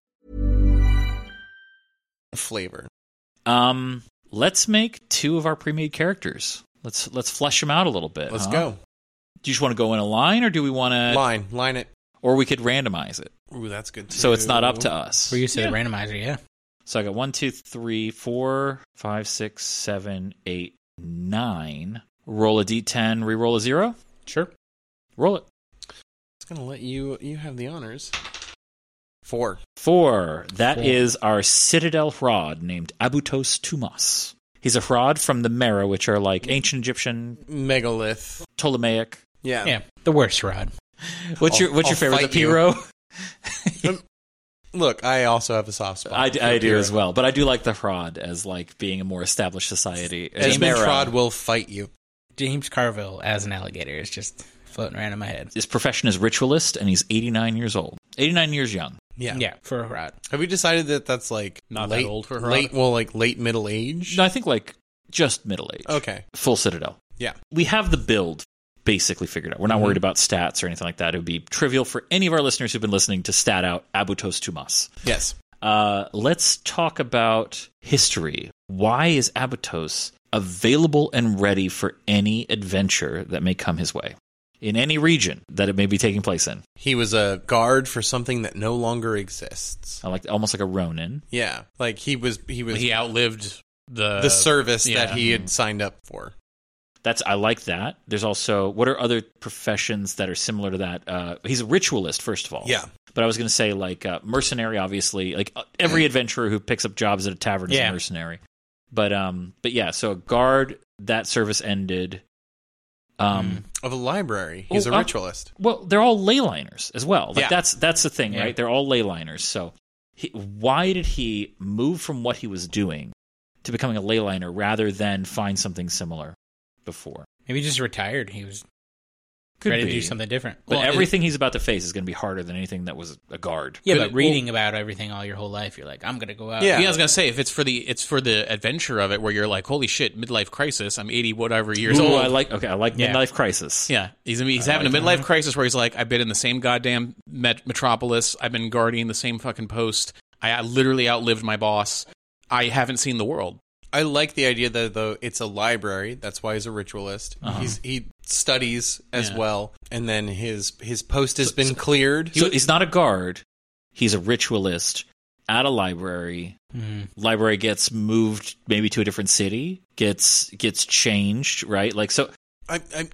Speaker 2: flavor.
Speaker 1: Um, let's make two of our pre-made characters. Let's let's flesh them out a little bit.
Speaker 2: Let's
Speaker 1: huh?
Speaker 2: go.
Speaker 1: Do you just want to go in a line, or do we want to,
Speaker 2: Line, line it.
Speaker 1: or we could randomize it
Speaker 2: Ooh, that's good.
Speaker 1: so it's not up
Speaker 2: too.
Speaker 1: to us.
Speaker 3: We're used to the randomizer, yeah.
Speaker 1: So I got one, two, three, four, five, six, seven, eight, nine. Roll a d10, re-roll a zero.
Speaker 3: Sure.
Speaker 1: Roll it.
Speaker 2: It's gonna let you you have the honors. Four.
Speaker 1: Four. That
Speaker 3: Four.
Speaker 1: is our citadel rod named Abutos Tumas. He's a fraud from the Mera, which are like ancient Egyptian,
Speaker 2: Megalith.
Speaker 1: Ptolemaic.
Speaker 2: Yeah.
Speaker 3: Yeah, the worst rod.
Speaker 1: What's
Speaker 2: I'll-
Speaker 1: your What's
Speaker 2: I'll
Speaker 1: your favorite? The
Speaker 2: fight you.
Speaker 1: Piro.
Speaker 2: Look, I also have a soft spot.
Speaker 1: I,
Speaker 2: for
Speaker 1: I do
Speaker 2: Pyrrha.
Speaker 1: as well, but I do like the fraud as like being a more established society.
Speaker 2: Esmond
Speaker 1: Mera
Speaker 2: Trod will fight you.
Speaker 3: James Carville as an alligator is just floating around in my head.
Speaker 1: His profession is ritualist, and he's 89 years old. 89 years young.
Speaker 2: Yeah.
Speaker 3: Yeah, for a rod.
Speaker 2: Have we decided that that's like
Speaker 4: Not that
Speaker 2: late,
Speaker 4: old for Harada.
Speaker 2: late? Well, like late middle age.
Speaker 1: No, I think like just middle age.
Speaker 2: Okay.
Speaker 1: Full citadel.
Speaker 2: Yeah. Mm-hmm.
Speaker 1: We have the build basically figured out. We're not worried about stats or anything like that. It would be trivial for any of our listeners who've been listening to stat out Abutos Tumas.
Speaker 2: Yes.
Speaker 1: Uh, let's talk about history. Why is Abatos available and ready for any adventure that may come his way in any region that it may be taking place in?
Speaker 2: He was a guard for something that no longer exists.
Speaker 1: I like almost like a Ronin.
Speaker 2: Yeah. Like he was. He was
Speaker 4: he outlived the
Speaker 2: the service
Speaker 4: yeah.
Speaker 2: that he had signed up for.
Speaker 1: That's I like that. There's also what are other professions that are similar to that? Uh, he's a ritualist, first of all.
Speaker 2: Yeah.
Speaker 1: But I was going to say like uh, mercenary, obviously. Like uh, every adventurer who picks up jobs at a tavern is
Speaker 3: Yeah.
Speaker 1: a mercenary. But um, but yeah. So a guard that service ended. Um,
Speaker 2: Of a library. He's
Speaker 1: Oh,
Speaker 2: a
Speaker 1: uh,
Speaker 2: ritualist.
Speaker 1: Well, they're all ley liners as well. Like
Speaker 2: Yeah.
Speaker 1: that's that's the thing,
Speaker 3: Yeah.
Speaker 1: right? They're all ley liners. So he, why did he move from what he was doing to becoming a ley liner rather than find something similar before?
Speaker 3: Maybe he just retired. He was
Speaker 1: Could
Speaker 3: ready
Speaker 1: be.
Speaker 3: to do something different.
Speaker 1: But
Speaker 4: Well, it-
Speaker 1: everything he's about to face is going to be harder than anything that was a guard.
Speaker 3: yeah,
Speaker 4: could
Speaker 3: but
Speaker 4: it-
Speaker 3: reading about everything all your whole life, you're like, I'm gonna go out.
Speaker 2: Yeah.
Speaker 4: uh, Yeah. I was gonna say if it's for the it's for the adventure of it where you're like, holy shit, midlife crisis. I'm eighty whatever years
Speaker 1: Ooh,
Speaker 4: old.
Speaker 1: I like okay, I like
Speaker 3: Yeah.
Speaker 1: midlife crisis.
Speaker 4: yeah, he's he's having a midlife crisis where he's like, I've been in the same goddamn met- metropolis. I've been guarding the same fucking post. I, I literally outlived my boss. I haven't seen the world.
Speaker 2: I like the idea that though it's a library, that's why he's a ritualist. He's he studies as
Speaker 4: Uh-huh. Yeah.
Speaker 2: well, and then his his post has been cleared.
Speaker 1: So he's not a guard. He's a ritualist at a library.
Speaker 3: Mhm.
Speaker 1: Library gets moved maybe to a different city, gets gets changed, right? Like so
Speaker 2: I, I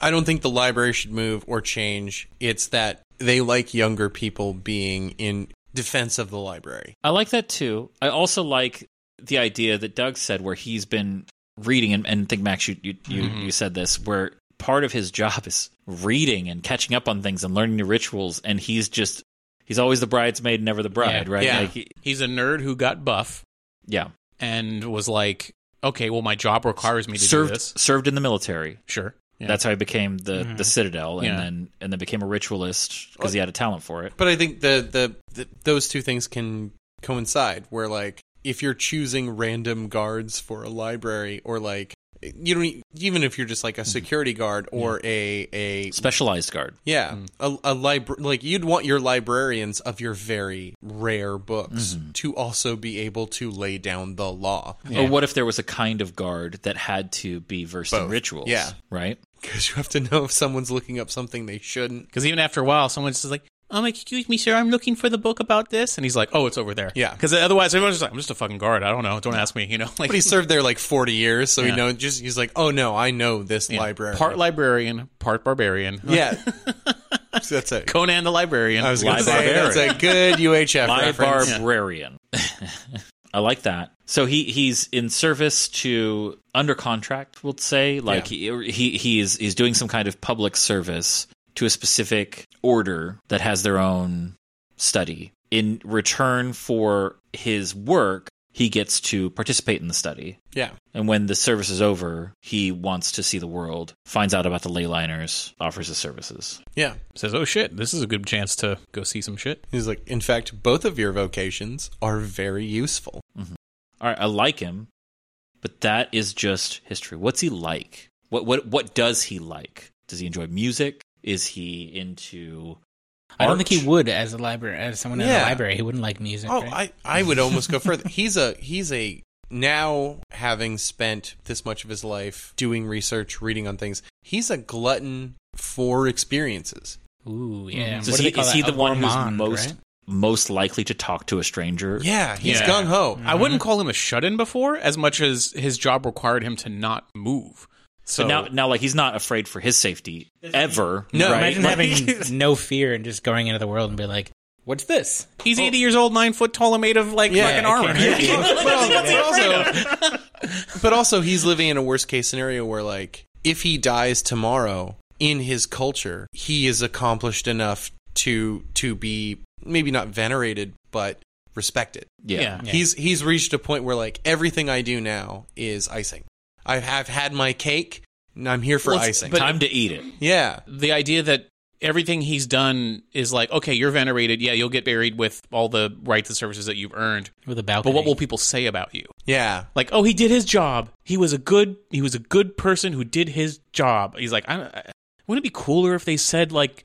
Speaker 2: I don't think the library should move or change. It's that they like younger people being in defense of the library.
Speaker 1: I like that too. I also like the idea that Doug said where he's been reading and, and I think Max you you, you
Speaker 4: Mhm.
Speaker 1: you said this where part of his job is reading and catching up on things and learning new rituals and he's just he's always the bridesmaid never the bride,
Speaker 3: Yeah.
Speaker 1: right?
Speaker 2: Yeah.
Speaker 1: Like, he-
Speaker 4: He's a nerd who got buff
Speaker 1: yeah.
Speaker 4: and was like, okay, well, my job requires me to do
Speaker 1: served
Speaker 4: this.
Speaker 1: served in the military.
Speaker 4: Sure, Yeah. Mm-hmm.
Speaker 1: That's how he became the, the Citadel and
Speaker 4: Yeah.
Speaker 1: then and then became a ritualist because he had a talent for it.
Speaker 2: But I think the, the the those two things can coincide. Where like if you're choosing random guards for a library, or like you don't e- even if you're just like a security guard or a a
Speaker 1: Specialized guard.
Speaker 2: Yeah, a, a libra- like you'd want your librarians of your very rare books to also be able to lay down the law
Speaker 1: Or what if there was a kind of guard that had to be versed in
Speaker 2: Both.
Speaker 1: rituals?
Speaker 2: Yeah.
Speaker 1: Right?
Speaker 2: because you have to know if someone's looking up something they shouldn't.
Speaker 4: Because even after a while, someone's just like, "Um, excuse me, sir, I'm looking for the book about this," and he's like, "Oh, it's over there."
Speaker 2: Yeah.
Speaker 4: Because otherwise, everyone's just like, "I'm just a fucking guard. I don't know. Don't ask me." You know, like
Speaker 2: But he served there like forty years, so
Speaker 4: Yeah.
Speaker 2: he know just he's like, oh no, I know this
Speaker 4: yeah.
Speaker 2: library.
Speaker 4: part librarian, part barbarian.
Speaker 2: yeah, So that's it.
Speaker 4: Conan the librarian.
Speaker 2: I was gonna say
Speaker 1: Librarian.
Speaker 2: that's a good UHF
Speaker 1: My
Speaker 2: reference.
Speaker 1: barbarian. I like that. So he, he's in service to under contract, we'll say. Like he, he he is he's doing some kind of public service to a specific order that has their own study. In return for his work, he gets to participate in the study.
Speaker 2: Yeah,
Speaker 1: And when the service is over, he wants to see the world, finds out about the ley liners, offers his services.
Speaker 2: yeah.
Speaker 4: Says, "Oh shit, this is a good chance to go see some shit."
Speaker 2: He's like, in fact, both of your vocations are very useful.
Speaker 1: All right, I like him, but that is just history. What's he like? What what what does he like? Does he enjoy music? Is he into?
Speaker 3: I don't
Speaker 1: art?
Speaker 3: think he would as a library as someone in
Speaker 2: Yeah.
Speaker 3: a library. He wouldn't like music.
Speaker 2: Oh,
Speaker 3: right?
Speaker 2: I, I would almost go further. He's a he's a now having spent this much of his life doing research, reading on things. He's a glutton for experiences.
Speaker 3: Ooh, yeah.
Speaker 1: So
Speaker 3: What
Speaker 1: is Mhm. he,
Speaker 3: do they call
Speaker 1: is
Speaker 3: that?
Speaker 1: he the
Speaker 3: A
Speaker 1: one who's
Speaker 3: gourmand,
Speaker 1: most
Speaker 3: right?
Speaker 1: most likely to talk to a stranger?
Speaker 2: Yeah, he's
Speaker 4: Yeah.
Speaker 2: gung ho.
Speaker 4: I wouldn't call him a shut-in before, as much as his job required him to not move. So,
Speaker 1: So now now like he's not afraid for his safety ever.
Speaker 2: No,
Speaker 1: right?
Speaker 3: Imagine
Speaker 1: Like-
Speaker 3: having no fear and just going into the world and be like, "What's this?"
Speaker 4: he's eighty years old, nine foot tall, and made of like
Speaker 2: Yeah,
Speaker 4: fucking
Speaker 2: I
Speaker 4: armor.
Speaker 2: can't- yeah. Well, but also, But also, he's living in a worst case scenario where, like, if he dies tomorrow in his culture, he is accomplished enough to to be maybe not venerated, but respected.
Speaker 1: yeah.
Speaker 3: Yeah.
Speaker 2: He's he's reached a point where like everything I do now is icing. I have had my cake, and I'm here for
Speaker 4: Well, it's-
Speaker 2: icing.
Speaker 4: but-
Speaker 1: Time to eat it.
Speaker 2: yeah,
Speaker 4: the idea that everything he's done is like, okay, you're venerated. Yeah, you'll get buried with all the rights and services that you've earned.
Speaker 3: with a
Speaker 4: But
Speaker 3: balcony.
Speaker 4: what will people say about you?
Speaker 2: yeah.
Speaker 4: Like, oh, he did his job. He was a good. He was a good person who did his job. He's like, I, don't- I wouldn't it be cooler if they said like,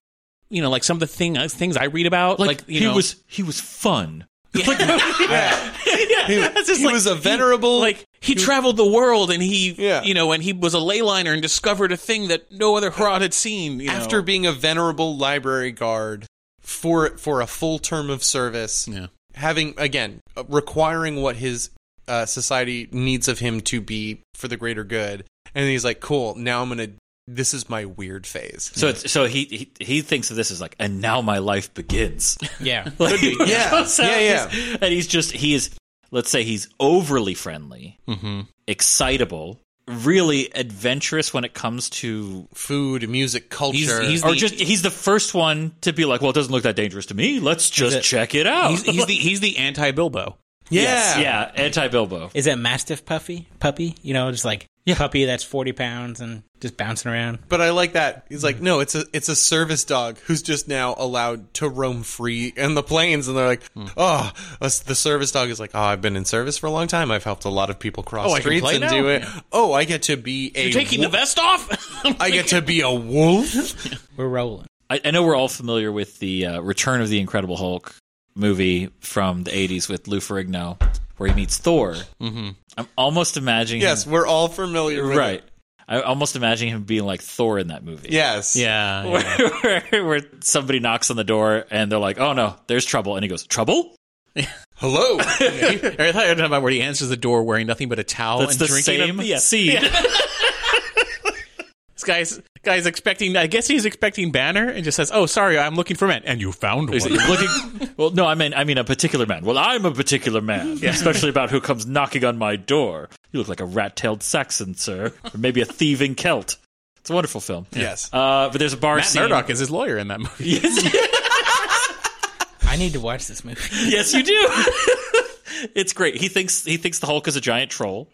Speaker 4: you know, like some of the thing uh, things I read about. Like,
Speaker 1: Like,
Speaker 4: you
Speaker 1: he
Speaker 4: know,
Speaker 1: was he was fun.
Speaker 2: yeah.
Speaker 4: yeah,
Speaker 2: He-
Speaker 4: that's just
Speaker 2: he
Speaker 4: like-
Speaker 2: was a venerable-
Speaker 4: like he traveled the world and he,
Speaker 2: Yeah.
Speaker 4: you know, and he was a ley liner and discovered a thing that no other Harad had seen. You know?
Speaker 2: After being a venerable library guard for for a full term of service,
Speaker 4: yeah,
Speaker 2: having again uh, requiring what his uh, society needs of him to be for the greater good, and he's like, "Cool, now I'm gonna. This is my weird phase."
Speaker 1: So it's so he, he he thinks of this as like, and now my life begins.
Speaker 3: Yeah.
Speaker 1: Like,
Speaker 2: Yeah.
Speaker 1: goes out,
Speaker 2: Yeah, yeah.
Speaker 1: he's- And he's just he is. Let's say he's overly friendly,
Speaker 4: mm-hmm.
Speaker 1: excitable, really adventurous when it comes to,
Speaker 2: Food, music, culture.
Speaker 4: he's-
Speaker 1: or
Speaker 4: The-
Speaker 1: just he's the first one to be like, well, it doesn't look that dangerous to me. Let's just
Speaker 3: it-
Speaker 1: check it out.
Speaker 4: he's, he's the he's the anti Bilbo.
Speaker 2: yeah,
Speaker 1: Yes, yeah, anti Bilbo.
Speaker 3: Is that Mastiff Puffy? Puppy? You know, just like puppy that's 40 pounds and just bouncing around.
Speaker 2: But I like that. He's like, no, it's a it's a service dog who's just now allowed to roam free in the plains, and they're like,
Speaker 4: Hmm.
Speaker 2: oh, us- the service dog is like, oh, I've been in service for a long time. I've helped a lot of people cross
Speaker 4: Oh, I can
Speaker 2: streets
Speaker 4: play
Speaker 2: and
Speaker 4: now?
Speaker 2: do it.
Speaker 4: Yeah.
Speaker 2: Oh, I get to be a
Speaker 4: You're taking the
Speaker 2: wo-
Speaker 4: vest off.
Speaker 2: I get to be a wolf.
Speaker 3: We're rolling.
Speaker 1: I, I know we're all familiar with the uh, Return of the Incredible Hulk movie from the '80s with Lou Ferrigno, where he meets Thor.
Speaker 4: mm-hmm.
Speaker 1: I'm almost imagining
Speaker 2: yes,
Speaker 1: him,
Speaker 2: we're all familiar. With
Speaker 1: right.
Speaker 2: It.
Speaker 1: I'm almost imagining him being like Thor in that movie.
Speaker 2: Yes.
Speaker 4: Yeah, yeah.
Speaker 1: where, where, where somebody knocks on the door and they're like, "Oh no, there's trouble," and he goes, "Trouble?"
Speaker 2: Hello.
Speaker 4: I thought you were talking about where he answers the door wearing nothing but a towel
Speaker 1: That's
Speaker 4: Oh, and
Speaker 1: the
Speaker 4: drinking
Speaker 1: same
Speaker 4: a, yeah.
Speaker 1: scene.
Speaker 4: This guy's guy's expecting. I guess he's expecting Banner and just says, "Oh, sorry, I'm looking for men." And you found one.
Speaker 1: He's looking, well, no, I mean, I mean a particular man. Well, I'm a particular man, especially about who comes knocking on my door. You look like a rat-tailed Saxon, sir, or maybe a thieving Celt. It's a wonderful film.
Speaker 2: Yes.
Speaker 1: uh, but there's a bar
Speaker 4: Matt
Speaker 1: scene.
Speaker 4: Murdock is his lawyer in that movie.
Speaker 1: yes,
Speaker 3: I need to watch this movie.
Speaker 1: yes, you do. it's great. He thinks he thinks the Hulk is a giant troll,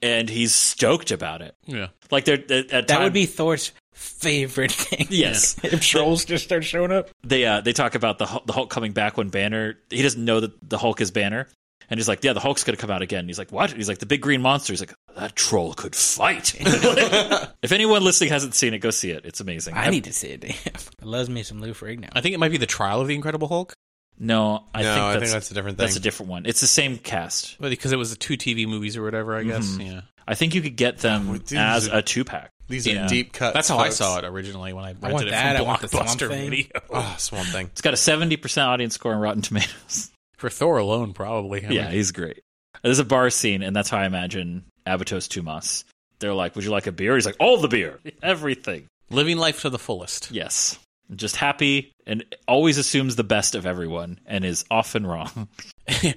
Speaker 1: and he's stoked about it.
Speaker 4: Yeah,
Speaker 1: Like they're at, at
Speaker 3: That
Speaker 1: time-
Speaker 3: would be Thor's favorite thing.
Speaker 1: Yes.
Speaker 3: if trolls just start showing up.
Speaker 1: they uh, they talk about the Hul- the Hulk coming back when Banner he doesn't know that the Hulk is Banner, and he's like, yeah, the Hulk's gonna come out again. And he's like, what? And he's like, the big green monster. He's like, that troll could fight. if anyone listening hasn't seen it, go see it. It's amazing.
Speaker 3: I need to see it. Damn. I loves me some Lou Ferrigno.
Speaker 4: I think it might be the trial of the Incredible Hulk,
Speaker 1: no, I
Speaker 2: No,
Speaker 1: think
Speaker 2: I
Speaker 1: that's,
Speaker 2: think that's a different
Speaker 1: That's a
Speaker 2: thing.
Speaker 1: different one. It's the same cast.
Speaker 4: but because it was the two TV movies or whatever, I guess. Yeah,
Speaker 1: I think you could get them
Speaker 2: dude,
Speaker 1: as
Speaker 2: these are-
Speaker 1: a two pack.
Speaker 2: These are
Speaker 4: Yeah.
Speaker 2: deep cuts.
Speaker 4: That's how I
Speaker 2: folks.
Speaker 4: saw it originally when I rented
Speaker 3: want
Speaker 4: it
Speaker 3: that, I
Speaker 4: from
Speaker 3: want the Swamp
Speaker 4: Blockbuster
Speaker 3: Thing.
Speaker 4: Video.
Speaker 2: Oh, Swamp Thing.
Speaker 1: It's got a seventy percent audience score on Rotten Tomatoes.
Speaker 4: For Thor alone, probably. I
Speaker 1: yeah,
Speaker 4: mean,
Speaker 1: he's great. There's a bar scene, and that's how I imagine Abatos Tumas. They're like, "Would you like a beer?" He's like, "All the beer, everything."
Speaker 4: living life to the fullest.
Speaker 1: Yes. Just happy and always assumes the best of everyone and is often wrong.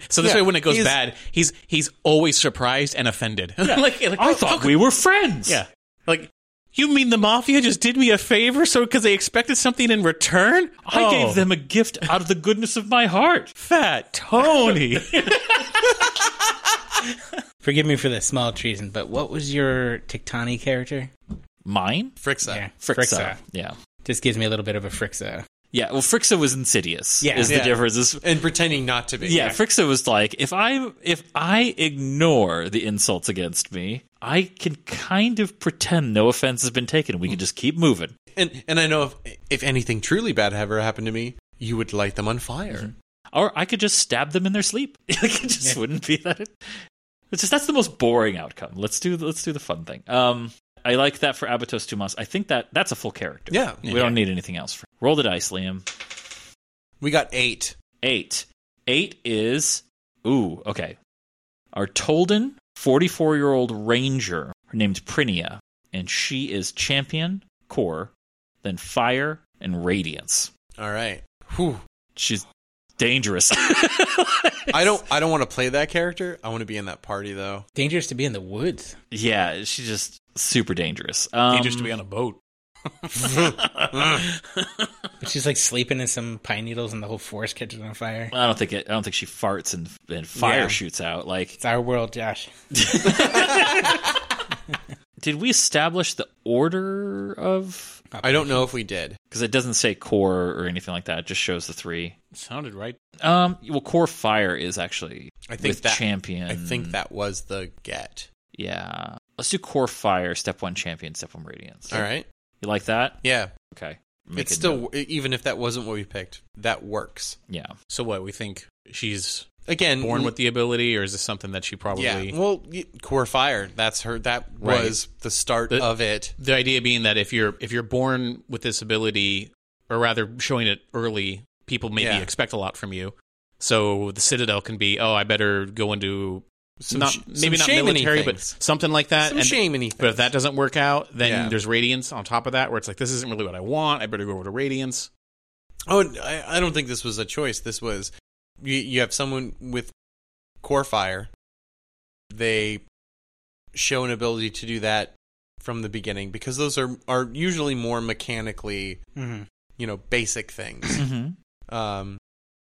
Speaker 4: so this
Speaker 2: Yeah,
Speaker 4: way, when it goes
Speaker 2: he's-
Speaker 4: bad, he's he's always surprised and offended. like, like,
Speaker 1: I
Speaker 4: oh,
Speaker 1: thought
Speaker 4: how
Speaker 1: we were friends.
Speaker 4: Yeah. Like, you mean the mafia just did me a favor so because they expected something in return?
Speaker 1: I
Speaker 4: Oh,
Speaker 1: gave them a gift out of the goodness of my heart.
Speaker 4: fat Tony.
Speaker 3: Forgive me for the small treason, but what was your Tectani character?
Speaker 1: Mine?
Speaker 2: Frixa.
Speaker 3: Yeah,
Speaker 1: Frixa. Yeah.
Speaker 3: Just gives me a little bit of a Frixa.
Speaker 1: Yeah. Well, Frixa was insidious.
Speaker 3: Yeah.
Speaker 1: Is
Speaker 2: Yeah.
Speaker 1: the difference. Is,
Speaker 2: And pretending not to be.
Speaker 1: yeah. Frixa was like, if I if I ignore the insults against me, I can kind of pretend no offense has been taken. We can just keep moving.
Speaker 2: And and I know if if anything truly bad ever happened to me, you would light them on fire.
Speaker 1: Or I could just stab them in their sleep. like it just wouldn't be that. It's just that's the most boring outcome. Let's do let's do the fun thing. Um, I like that for Abatos Tumas. I think that that's a full character.
Speaker 2: Yeah.
Speaker 1: we don't need anything else. For, roll the dice, Liam.
Speaker 2: We got eight.
Speaker 1: Eight. Eight is ooh okay. Our Tolden, forty-four year old ranger named Prinia, and she is champion, core, then fire and radiance.
Speaker 2: All right. Whew.
Speaker 1: She's dangerous.
Speaker 2: I don't. I don't want to play that character. I want to be in that party though.
Speaker 3: Dangerous to be in the woods.
Speaker 1: yeah, she's just super dangerous. Um,
Speaker 5: Dangerous to be on a boat.
Speaker 3: But she's like sleeping in some pine needles and the whole forest catches on fire.
Speaker 1: I don't think it. I don't think she farts and and fire
Speaker 3: Yeah.
Speaker 1: shoots out. Like,
Speaker 3: It's our world, Josh.
Speaker 1: did we establish the order of?
Speaker 2: I don't know if we did.
Speaker 1: Because it doesn't say core or anything like that. It just shows the three.
Speaker 4: Sounded right.
Speaker 1: Um, well, core fire is actually
Speaker 2: I think
Speaker 1: with
Speaker 2: that
Speaker 1: champion.
Speaker 2: I think that was the get.
Speaker 1: Yeah, let's do core fire. Step one champion. Step one radiance.
Speaker 2: All right.
Speaker 1: You like that?
Speaker 2: Yeah.
Speaker 1: Okay.
Speaker 2: it's
Speaker 1: a note.
Speaker 2: still even if that wasn't what we picked, that works.
Speaker 1: yeah.
Speaker 4: So what we think she's
Speaker 2: Again,
Speaker 4: born with the ability, or is this something that she probably?
Speaker 2: Yeah. Well, y- core fire. That's her. That
Speaker 4: Right.
Speaker 2: was the start
Speaker 4: The-
Speaker 2: of it.
Speaker 4: the idea being that if you're if you're born with this ability, or rather showing it early, people maybe
Speaker 2: Yeah.
Speaker 4: expect a lot from you. So the Citadel can be, oh, I better go into
Speaker 2: Some
Speaker 4: not
Speaker 2: sh-
Speaker 4: maybe
Speaker 2: some
Speaker 4: not
Speaker 2: shamany
Speaker 4: military, but
Speaker 2: things.
Speaker 4: something like that.
Speaker 2: Some shamany
Speaker 4: But
Speaker 2: things.
Speaker 4: if that doesn't work out, then
Speaker 2: Yeah.
Speaker 4: there's radiance on top of that, where it's like this isn't really what I want. I better go over to radiance.
Speaker 2: Oh, and I, I don't think this was a choice. This was you, you have someone with core fire. They show an ability to do that from the beginning because those are are usually more mechanically,
Speaker 3: Mm-hmm.
Speaker 2: you know, basic things.
Speaker 1: Mm-hmm.
Speaker 2: um,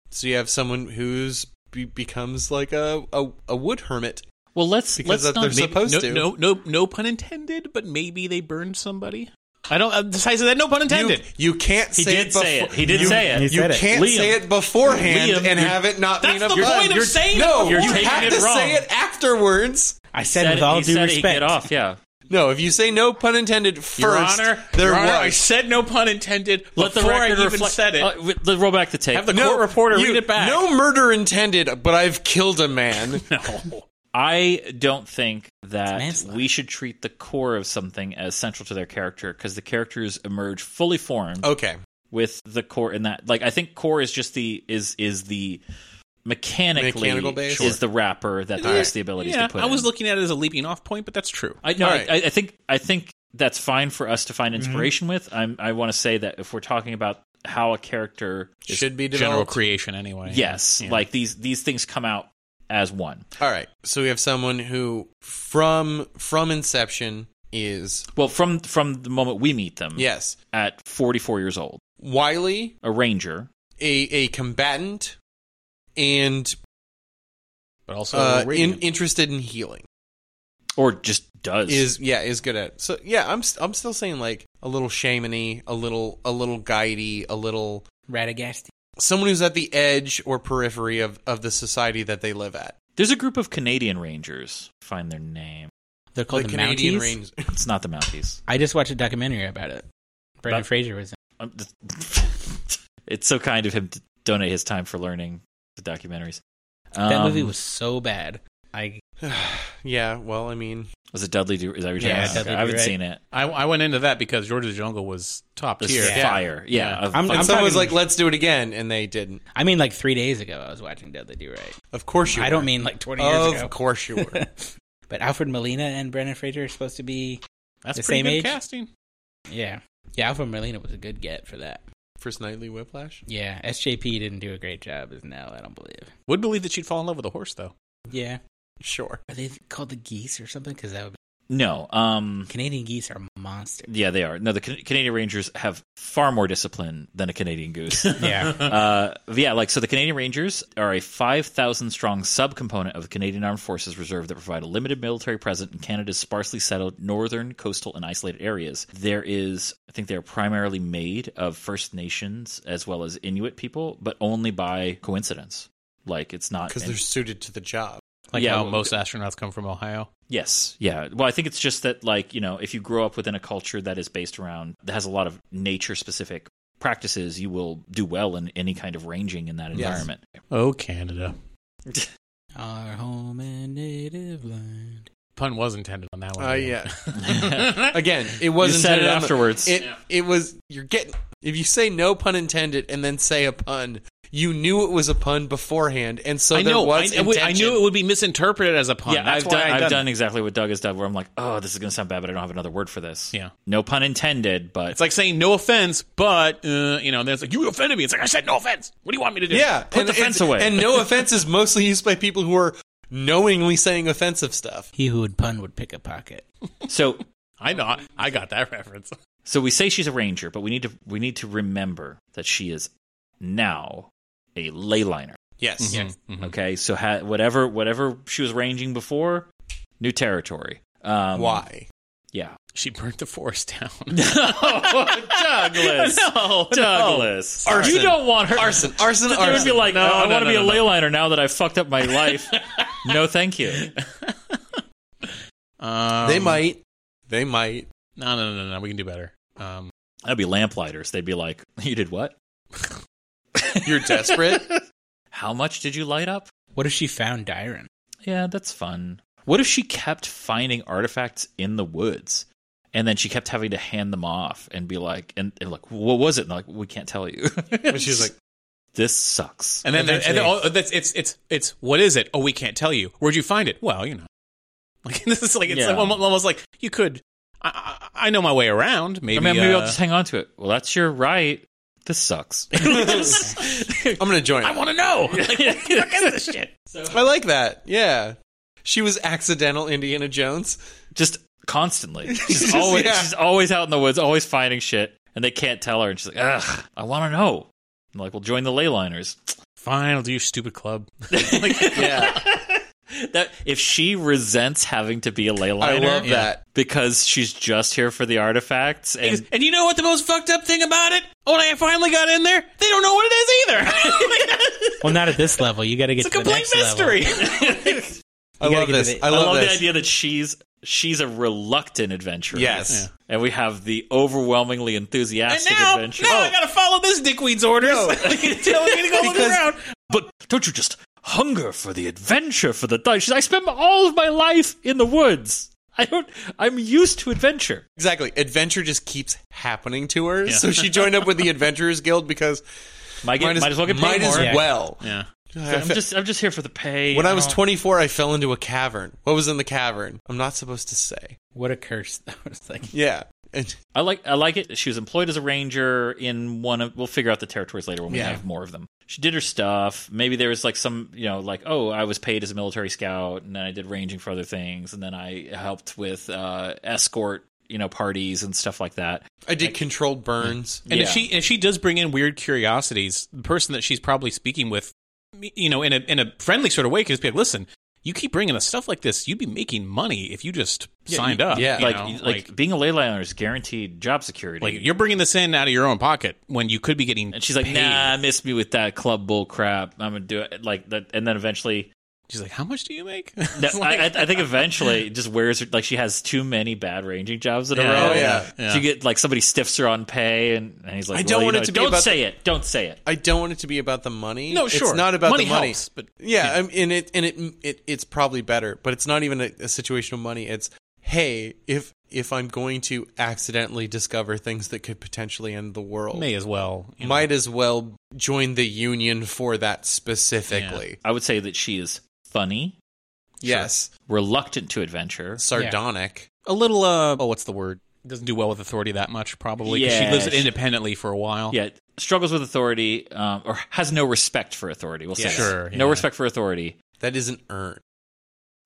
Speaker 2: so you have someone who's be, becomes like a, a a wood hermit
Speaker 1: Well, let's
Speaker 2: Because
Speaker 1: let's
Speaker 2: of their
Speaker 1: not
Speaker 2: sup- Supposed
Speaker 4: no,
Speaker 2: to.
Speaker 4: no, no, no pun intended. But maybe they burned somebody. I don't. Uh, besides that, no pun intended.
Speaker 2: You, you can't
Speaker 1: He
Speaker 2: say
Speaker 1: did
Speaker 2: it
Speaker 1: say
Speaker 2: befo-
Speaker 1: it. He did
Speaker 2: you,
Speaker 1: say it.
Speaker 2: You
Speaker 1: He
Speaker 3: said it.
Speaker 2: can't
Speaker 1: Liam.
Speaker 2: say it beforehand
Speaker 1: Liam,
Speaker 2: and
Speaker 1: you're-
Speaker 2: have it not
Speaker 4: That's
Speaker 2: mean
Speaker 4: the
Speaker 2: a pun.
Speaker 4: point of
Speaker 2: You're-
Speaker 4: saying it
Speaker 2: No,
Speaker 1: You're
Speaker 2: you
Speaker 1: taking
Speaker 2: have
Speaker 1: it
Speaker 2: to
Speaker 1: wrong.
Speaker 2: say it afterwards.
Speaker 3: I
Speaker 1: He
Speaker 3: said, with all
Speaker 1: he
Speaker 3: due
Speaker 1: said he'd
Speaker 3: respect.
Speaker 1: get off. Yeah.
Speaker 2: No, if you say no pun intended
Speaker 4: Your
Speaker 2: first,
Speaker 4: Honor,
Speaker 2: there
Speaker 4: Your Honor, I
Speaker 2: was.
Speaker 4: said no pun intended.
Speaker 1: Let the
Speaker 4: before
Speaker 1: record
Speaker 4: I even
Speaker 1: reflect.
Speaker 4: said it.
Speaker 1: Uh, w- let's roll back the tape.
Speaker 4: Have the
Speaker 2: no,
Speaker 4: court reporter
Speaker 2: you-
Speaker 4: read it back.
Speaker 2: No murder intended, but I've killed a man.
Speaker 4: no.
Speaker 1: I don't think that
Speaker 3: manslaughter.
Speaker 1: we should treat the core of something as central to their character because the characters emerge fully
Speaker 4: Oh.
Speaker 1: formed
Speaker 2: okay.
Speaker 1: with the core in that. Like I think core is just the is is the mechanically
Speaker 2: Mechanical base? Sure.
Speaker 1: is the wrapper that gives the abilities
Speaker 4: Yeah,
Speaker 1: to put.
Speaker 4: I was
Speaker 1: in.
Speaker 4: looking at it as a leaping off point, but that's true.
Speaker 1: I no,
Speaker 2: All
Speaker 1: I-
Speaker 2: right.
Speaker 1: I, I think I think that's fine for us to
Speaker 4: Mm-hmm.
Speaker 1: find inspiration with. I'm, I want to say that if we're talking about how a character is,
Speaker 2: Should be developed.
Speaker 4: General creation, anyway.
Speaker 1: yes,
Speaker 4: Yeah.
Speaker 1: like these these things come out as one.
Speaker 2: All right. So we have someone who from from inception is
Speaker 1: Well, from from the moment we meet
Speaker 4: Hmm.
Speaker 1: them,
Speaker 2: yes,
Speaker 1: at 44 years old,
Speaker 2: Wiley,
Speaker 1: a ranger.
Speaker 2: a a combatant and
Speaker 4: but also
Speaker 2: uh, in,
Speaker 4: radiant.
Speaker 2: interested in healing.
Speaker 1: Or just does
Speaker 2: is yeah is good at. So yeah, I'm st- I'm still saying like a little shamany, a little a little guidey, a little
Speaker 3: Radagast.
Speaker 2: someone who's at the edge or periphery of of the society that they live at.
Speaker 1: there's a group of Canadian Rangers. Find their name.
Speaker 3: They're called
Speaker 2: Like
Speaker 3: the
Speaker 2: Canadian
Speaker 3: Mounties.
Speaker 2: Rangers.
Speaker 1: It's not the Mounties.
Speaker 3: I just watched a documentary about it. Brendan
Speaker 1: About-
Speaker 3: Fraser was in.
Speaker 1: I'm just- Um, it's so kind of him to donate his time for learning the documentaries.
Speaker 3: it. That
Speaker 1: Um,
Speaker 3: movie was so bad. I
Speaker 2: yeah, well, I mean,
Speaker 1: was it Dudley Do? Is that what you're
Speaker 3: Yeah,
Speaker 1: talking about?
Speaker 3: Dudley
Speaker 1: Okay, I haven't
Speaker 3: Do, right?
Speaker 1: seen it.
Speaker 4: I, I went into that because George of the Jungle was top
Speaker 1: It was
Speaker 4: tier.
Speaker 3: Yeah.
Speaker 1: fire. Yeah,
Speaker 4: Yeah.
Speaker 1: of-
Speaker 3: I'm-
Speaker 1: of-
Speaker 2: and
Speaker 3: I'm
Speaker 2: someone was
Speaker 3: talking-
Speaker 2: like, "Let's do it again," and they didn't.
Speaker 3: I mean, like three days ago, I was watching Deadly Do Right.
Speaker 2: Of course you.
Speaker 3: I don't
Speaker 2: were.
Speaker 3: mean like twenty years
Speaker 2: Of
Speaker 3: ago.
Speaker 2: course you were.
Speaker 3: But Alfred Molina and Brendan Fraser are supposed to be.
Speaker 4: That's
Speaker 3: The
Speaker 4: pretty
Speaker 3: same
Speaker 4: good
Speaker 3: age?
Speaker 4: casting.
Speaker 3: Yeah, yeah. Alfred Molina was a good get for that.
Speaker 2: First nightly whiplash.
Speaker 3: Yeah, SJP didn't do a great job as Nell. I don't believe.
Speaker 4: Would believe that she'd fall in love with a horse though.
Speaker 3: Yeah,
Speaker 2: Sure.
Speaker 3: are they called the geese or something? Because that would
Speaker 1: no. Um,
Speaker 3: be, Canadian geese are monsters.
Speaker 1: yeah, they are. No, the Can- Canadian Rangers have far more discipline than a Canadian goose.
Speaker 3: Yeah,
Speaker 1: uh, yeah, like so the Canadian Rangers are a 5,000 strong subcomponent of the Canadian Armed Forces Reserve that provide a limited military presence in Canada's sparsely settled northern, coastal, and isolated areas. There is, I think they're primarily made of First Nations as well as Inuit people, but only by coincidence. Like it's not
Speaker 2: Because
Speaker 1: and-
Speaker 2: they're suited to the job.
Speaker 4: Like
Speaker 1: Yeah,
Speaker 4: how
Speaker 1: well-
Speaker 4: most astronauts come from Ohio.
Speaker 1: Yes. Yeah. Well, I think it's just that, like, you know, if you grow up within a culture that is based around, that has a lot of nature specific practices, you will do well in any kind of ranging in that
Speaker 2: Yes.
Speaker 1: environment.
Speaker 4: Oh, Canada.
Speaker 3: our home and native land.
Speaker 4: Pun was intended on that one.
Speaker 2: Oh
Speaker 4: I
Speaker 2: yeah.
Speaker 4: think.
Speaker 2: Again, it wasn't
Speaker 1: said it
Speaker 2: intended on the-
Speaker 1: afterwards.
Speaker 2: it it was. You're getting. If you say no pun intended and then say a pun, You knew it was a pun beforehand, and so
Speaker 4: I
Speaker 2: there
Speaker 4: know. I,
Speaker 2: was
Speaker 4: I would- I
Speaker 2: intention.
Speaker 4: knew it would be misinterpreted as a pun.
Speaker 1: Yeah,
Speaker 4: That's
Speaker 1: I've
Speaker 4: why
Speaker 1: done,
Speaker 4: I
Speaker 1: I've done, exactly what Doug has done, where I'm like, oh, this is going to sound bad, but I don't have another word for this.
Speaker 4: Yeah.
Speaker 1: No pun intended, but
Speaker 4: It's like saying no offense, but uh, you know, then it's like you offended me. It's like I said no offense. What do you want me to do?
Speaker 2: Yeah,
Speaker 1: Put the
Speaker 2: and-
Speaker 1: fence
Speaker 2: and-
Speaker 1: away.
Speaker 2: And no offense is mostly used by people who are knowingly saying offensive stuff.
Speaker 3: He who would pun would pick a pocket.
Speaker 1: so
Speaker 4: I know. I got that reference.
Speaker 1: so we say she's a ranger, but we need to we need to remember that she is now a layliner.
Speaker 2: Yes.
Speaker 3: Mm-hmm.
Speaker 4: Hmm.
Speaker 1: Okay, so ha- whatever whatever she was ranging before, new territory. Um,
Speaker 2: Why?
Speaker 1: Yeah, Oh,
Speaker 4: She burnt the forest down.
Speaker 1: Douglas.
Speaker 4: no,
Speaker 1: Douglas,
Speaker 2: no.
Speaker 1: you
Speaker 2: Arson.
Speaker 1: don't want her
Speaker 2: Arson, arson,
Speaker 1: They would be
Speaker 2: arson.
Speaker 1: like,
Speaker 4: No,
Speaker 1: oh, I
Speaker 4: no,
Speaker 1: want to
Speaker 4: no,
Speaker 1: be
Speaker 4: no,
Speaker 1: a
Speaker 4: no.
Speaker 1: layliner now that I've fucked up my life. no, thank you.
Speaker 4: No. Um,
Speaker 2: they might. They might.
Speaker 4: No, no, no, no, no. We can do better. Um,
Speaker 1: That'd be lamplighters. They'd be like, you did what?
Speaker 2: You're desperate.
Speaker 1: How much did you light up?
Speaker 3: What if she found Dyron?
Speaker 1: Yeah, that's fun. What if she kept finding artifacts in the woods? And then she kept having to hand them off and be like, and, and like, what was it? And like, we can't tell you.
Speaker 2: and she's like,
Speaker 1: this sucks.
Speaker 4: and then, and then
Speaker 5: Eventually.
Speaker 4: oh, that's, it's it's it's what is it? Oh, we can't tell you. Where'd you find it? Well, you know, like this is like it's
Speaker 1: Yeah.
Speaker 4: like, almo- almost like you could. I, I I know my way around. Maybe
Speaker 1: I mean, maybe
Speaker 4: uh,
Speaker 1: I'll just hang on to it. Well, that's your right. This sucks.
Speaker 2: I'm going to join.
Speaker 4: I
Speaker 2: I,
Speaker 4: want to know. Like, what the fuck is this shit?
Speaker 2: I like that. Yeah. She was accidental Indiana Jones.
Speaker 1: just constantly. She's always,
Speaker 2: Yeah.
Speaker 1: she's always out in the woods, always finding shit, and they can't tell her. And she's like, ugh, I want to know. I'm like, well, join the Leyliners.
Speaker 4: Fine, I'll do your stupid club.
Speaker 2: Yeah.
Speaker 1: That if she resents having to be a Leyliner,
Speaker 2: I love that.
Speaker 1: because she's just here for the artifacts,
Speaker 4: Because-
Speaker 1: and
Speaker 4: And you know what the most fucked up thing about it? When I finally got in there, they don't know what it is either.
Speaker 3: Well, not at this level. You got to get
Speaker 4: it's a
Speaker 3: to the
Speaker 4: complete
Speaker 3: next level.
Speaker 4: mystery.
Speaker 2: I
Speaker 3: gotta
Speaker 2: love
Speaker 3: get to
Speaker 2: this.
Speaker 3: the-
Speaker 2: I love,
Speaker 1: the
Speaker 2: this.
Speaker 1: idea that she's she's a reluctant adventurer.
Speaker 2: Yes.
Speaker 1: and we have the overwhelmingly
Speaker 4: and
Speaker 1: enthusiastic
Speaker 4: now, now
Speaker 1: adventure.
Speaker 4: I gotta follow this dickweed's orders. telling me to go look
Speaker 2: Because-
Speaker 4: around.
Speaker 1: But don't you just hunger for the adventure, for the dice? I spend all of my life in the woods. I don't. I'm used to adventure.
Speaker 2: Exactly. Adventure just keeps happening to her. So she joined up with the Adventurers Guild because
Speaker 1: Might, get,
Speaker 2: might as,
Speaker 1: might as well get paid
Speaker 2: might as
Speaker 1: more.
Speaker 3: Yeah.
Speaker 2: well.
Speaker 4: Yeah.
Speaker 2: I
Speaker 1: I'm
Speaker 2: fe-
Speaker 1: just. I'm just here for the pay.
Speaker 2: when I
Speaker 1: don't
Speaker 2: was
Speaker 1: know.
Speaker 2: 24, I fell into a cavern. What was in the cavern? I'm not supposed to say.
Speaker 3: What a curse! though. It's like
Speaker 2: Yeah. And
Speaker 1: I like. I like it. She was employed as a ranger in one of. We'll figure out the territories later when we
Speaker 2: Yeah.
Speaker 1: have more of them. She did her stuff. Maybe there was like some, you know, like oh, I was paid as a military scout, and then I did ranging for other things, and then I helped with uh, escort, you know, parties and stuff like that.
Speaker 2: I did controlled burns.
Speaker 4: And if
Speaker 1: Yeah.
Speaker 4: she if she does bring in weird curiosities, the person that she's probably speaking with, you know, in a in a friendly sort of way, can just be like, "Listen, you keep bringing us stuff like this, you'd be making money if you just signed up."
Speaker 2: yeah.
Speaker 4: you
Speaker 1: like,
Speaker 4: know?
Speaker 1: like being a ley liner is guaranteed job security.
Speaker 4: Like you're bringing this in out of your own pocket when you could be getting.
Speaker 1: and she's like,
Speaker 4: paid.
Speaker 1: nah, miss me with that club bull crap. I'm gonna do it like that. And then eventually,
Speaker 4: She's like, how much do you make?
Speaker 1: that, I, I- I think eventually it just wears her. Like she has too many bad ranging jobs in a
Speaker 4: Yeah,
Speaker 1: row.
Speaker 2: yeah,
Speaker 4: yeah.
Speaker 1: She get like somebody stiffs her on pay, and, and he's like,
Speaker 2: I
Speaker 1: well,
Speaker 2: don't
Speaker 1: you
Speaker 2: want
Speaker 1: know,
Speaker 2: it to be
Speaker 1: don't
Speaker 2: about
Speaker 1: say it. Don't say it.
Speaker 2: I don't want it to be about the money.
Speaker 4: no,
Speaker 2: It's
Speaker 4: sure,
Speaker 2: not about
Speaker 4: money
Speaker 2: the money.
Speaker 4: helps, but
Speaker 2: Yeah, I'm- and it and it, it it's probably better, but it's not even a, a situation of money. It's hey, if if I'm going to accidentally discover things that could potentially end the world,
Speaker 4: may as well. you know.
Speaker 2: might as well join the union for that specifically.
Speaker 1: I would say that she is funny,
Speaker 2: Yes,
Speaker 1: reluctant to adventure.
Speaker 2: sardonic.
Speaker 4: a little. Uh, oh, what's the word? Doesn't do well with authority that much, probably. 'cause she
Speaker 1: Yeah,
Speaker 4: lives it
Speaker 1: she-
Speaker 4: independently for a while.
Speaker 1: Yeah, struggles with authority, um, or has no respect for authority. We'll say
Speaker 4: Yes.
Speaker 1: that.
Speaker 4: Sure,
Speaker 1: no
Speaker 4: yeah.
Speaker 1: respect for authority.
Speaker 2: That isn't earned.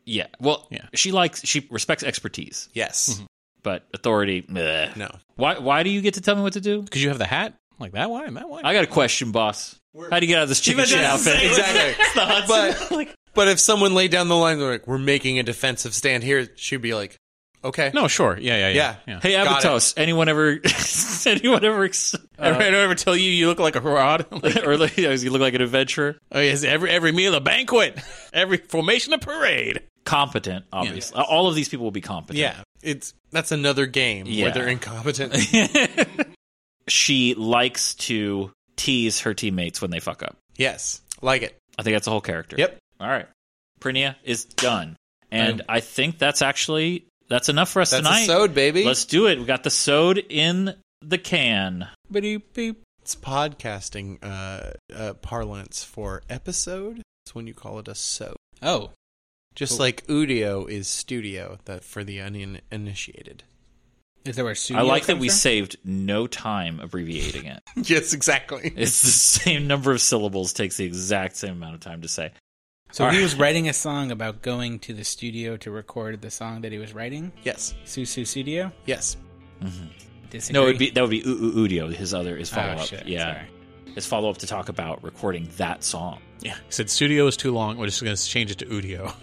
Speaker 1: Yeah. Well,
Speaker 4: Yeah.
Speaker 1: she likes she respects expertise,
Speaker 2: Yes.
Speaker 4: Mm-hmm.
Speaker 1: but authority. meh.
Speaker 2: No.
Speaker 1: Why why do you get to tell me what to do?
Speaker 4: because you have the hat like that. Why? That why?
Speaker 1: I got a question, boss. How do you get out of this chicken shit outfit?
Speaker 2: Exactly. But but if someone laid down the line, they're like, "We're making a defensive stand here," she'd be like, "Okay,
Speaker 4: No, sure. Yeah, yeah, yeah.
Speaker 2: Yeah.
Speaker 1: Hey,
Speaker 2: Got it.
Speaker 1: Abatos, anyone ever anyone ever ex-
Speaker 4: Ever-
Speaker 1: uh,
Speaker 4: I don't ever tell you you look like a fraud. Like,
Speaker 1: or like, you know, you look like an adventurer?
Speaker 4: oh, yes, every every meal a banquet, every formation a parade.
Speaker 1: Competent, obviously. Uh, All of these people will be competent.
Speaker 2: yeah." It's that's another game
Speaker 1: Yeah.
Speaker 2: where they're incompetent.
Speaker 1: She likes to tease her teammates when they fuck up.
Speaker 2: yes, like it.
Speaker 1: I think that's the whole character.
Speaker 2: Yep.
Speaker 1: All right. Prinia is done. And I think that's actually that's enough for us
Speaker 2: That's
Speaker 1: tonight.
Speaker 2: a sode, baby.
Speaker 1: Let's do it. We got the sode in the can.
Speaker 2: It's podcasting uh, uh, parlance for episode. It's when you call it a so.
Speaker 3: Oh,
Speaker 2: Just
Speaker 3: Cool.
Speaker 2: like Udio is studio that for the uninitiated.
Speaker 3: is that where studio
Speaker 1: I like that
Speaker 3: comes
Speaker 1: we
Speaker 3: from?
Speaker 1: saved no time abbreviating it.
Speaker 2: yes, exactly.
Speaker 1: It's the same number of syllables, takes the exact same amount of time to say.
Speaker 3: So
Speaker 1: All
Speaker 3: he
Speaker 1: right.
Speaker 3: was writing a song about going to the studio to record the song that he was writing.
Speaker 2: Yes,
Speaker 3: Susu Studio.
Speaker 2: yes.
Speaker 3: Disagree.
Speaker 1: No, it'd be that would be U- U- Udio, his other his
Speaker 3: Oh,
Speaker 1: follow up.
Speaker 3: shit,
Speaker 1: yeah,
Speaker 3: sorry.
Speaker 1: his follow up to talk about recording that song.
Speaker 4: Yeah. He said studio is too long. We're just going to change it to Udio.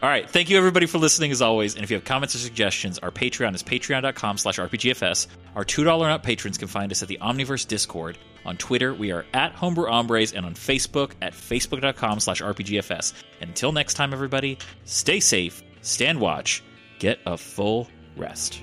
Speaker 1: All right, thank you everybody for listening as always. And if you have comments or suggestions, our Patreon is patreon.com slash RPGFS. Our $2 and up patrons can find us at the Omniverse Discord. On Twitter, we are at Homebrew Hombres and on Facebook at facebook.com slash RPGFS. And until next time, everybody, stay safe, stand watch, get a full rest.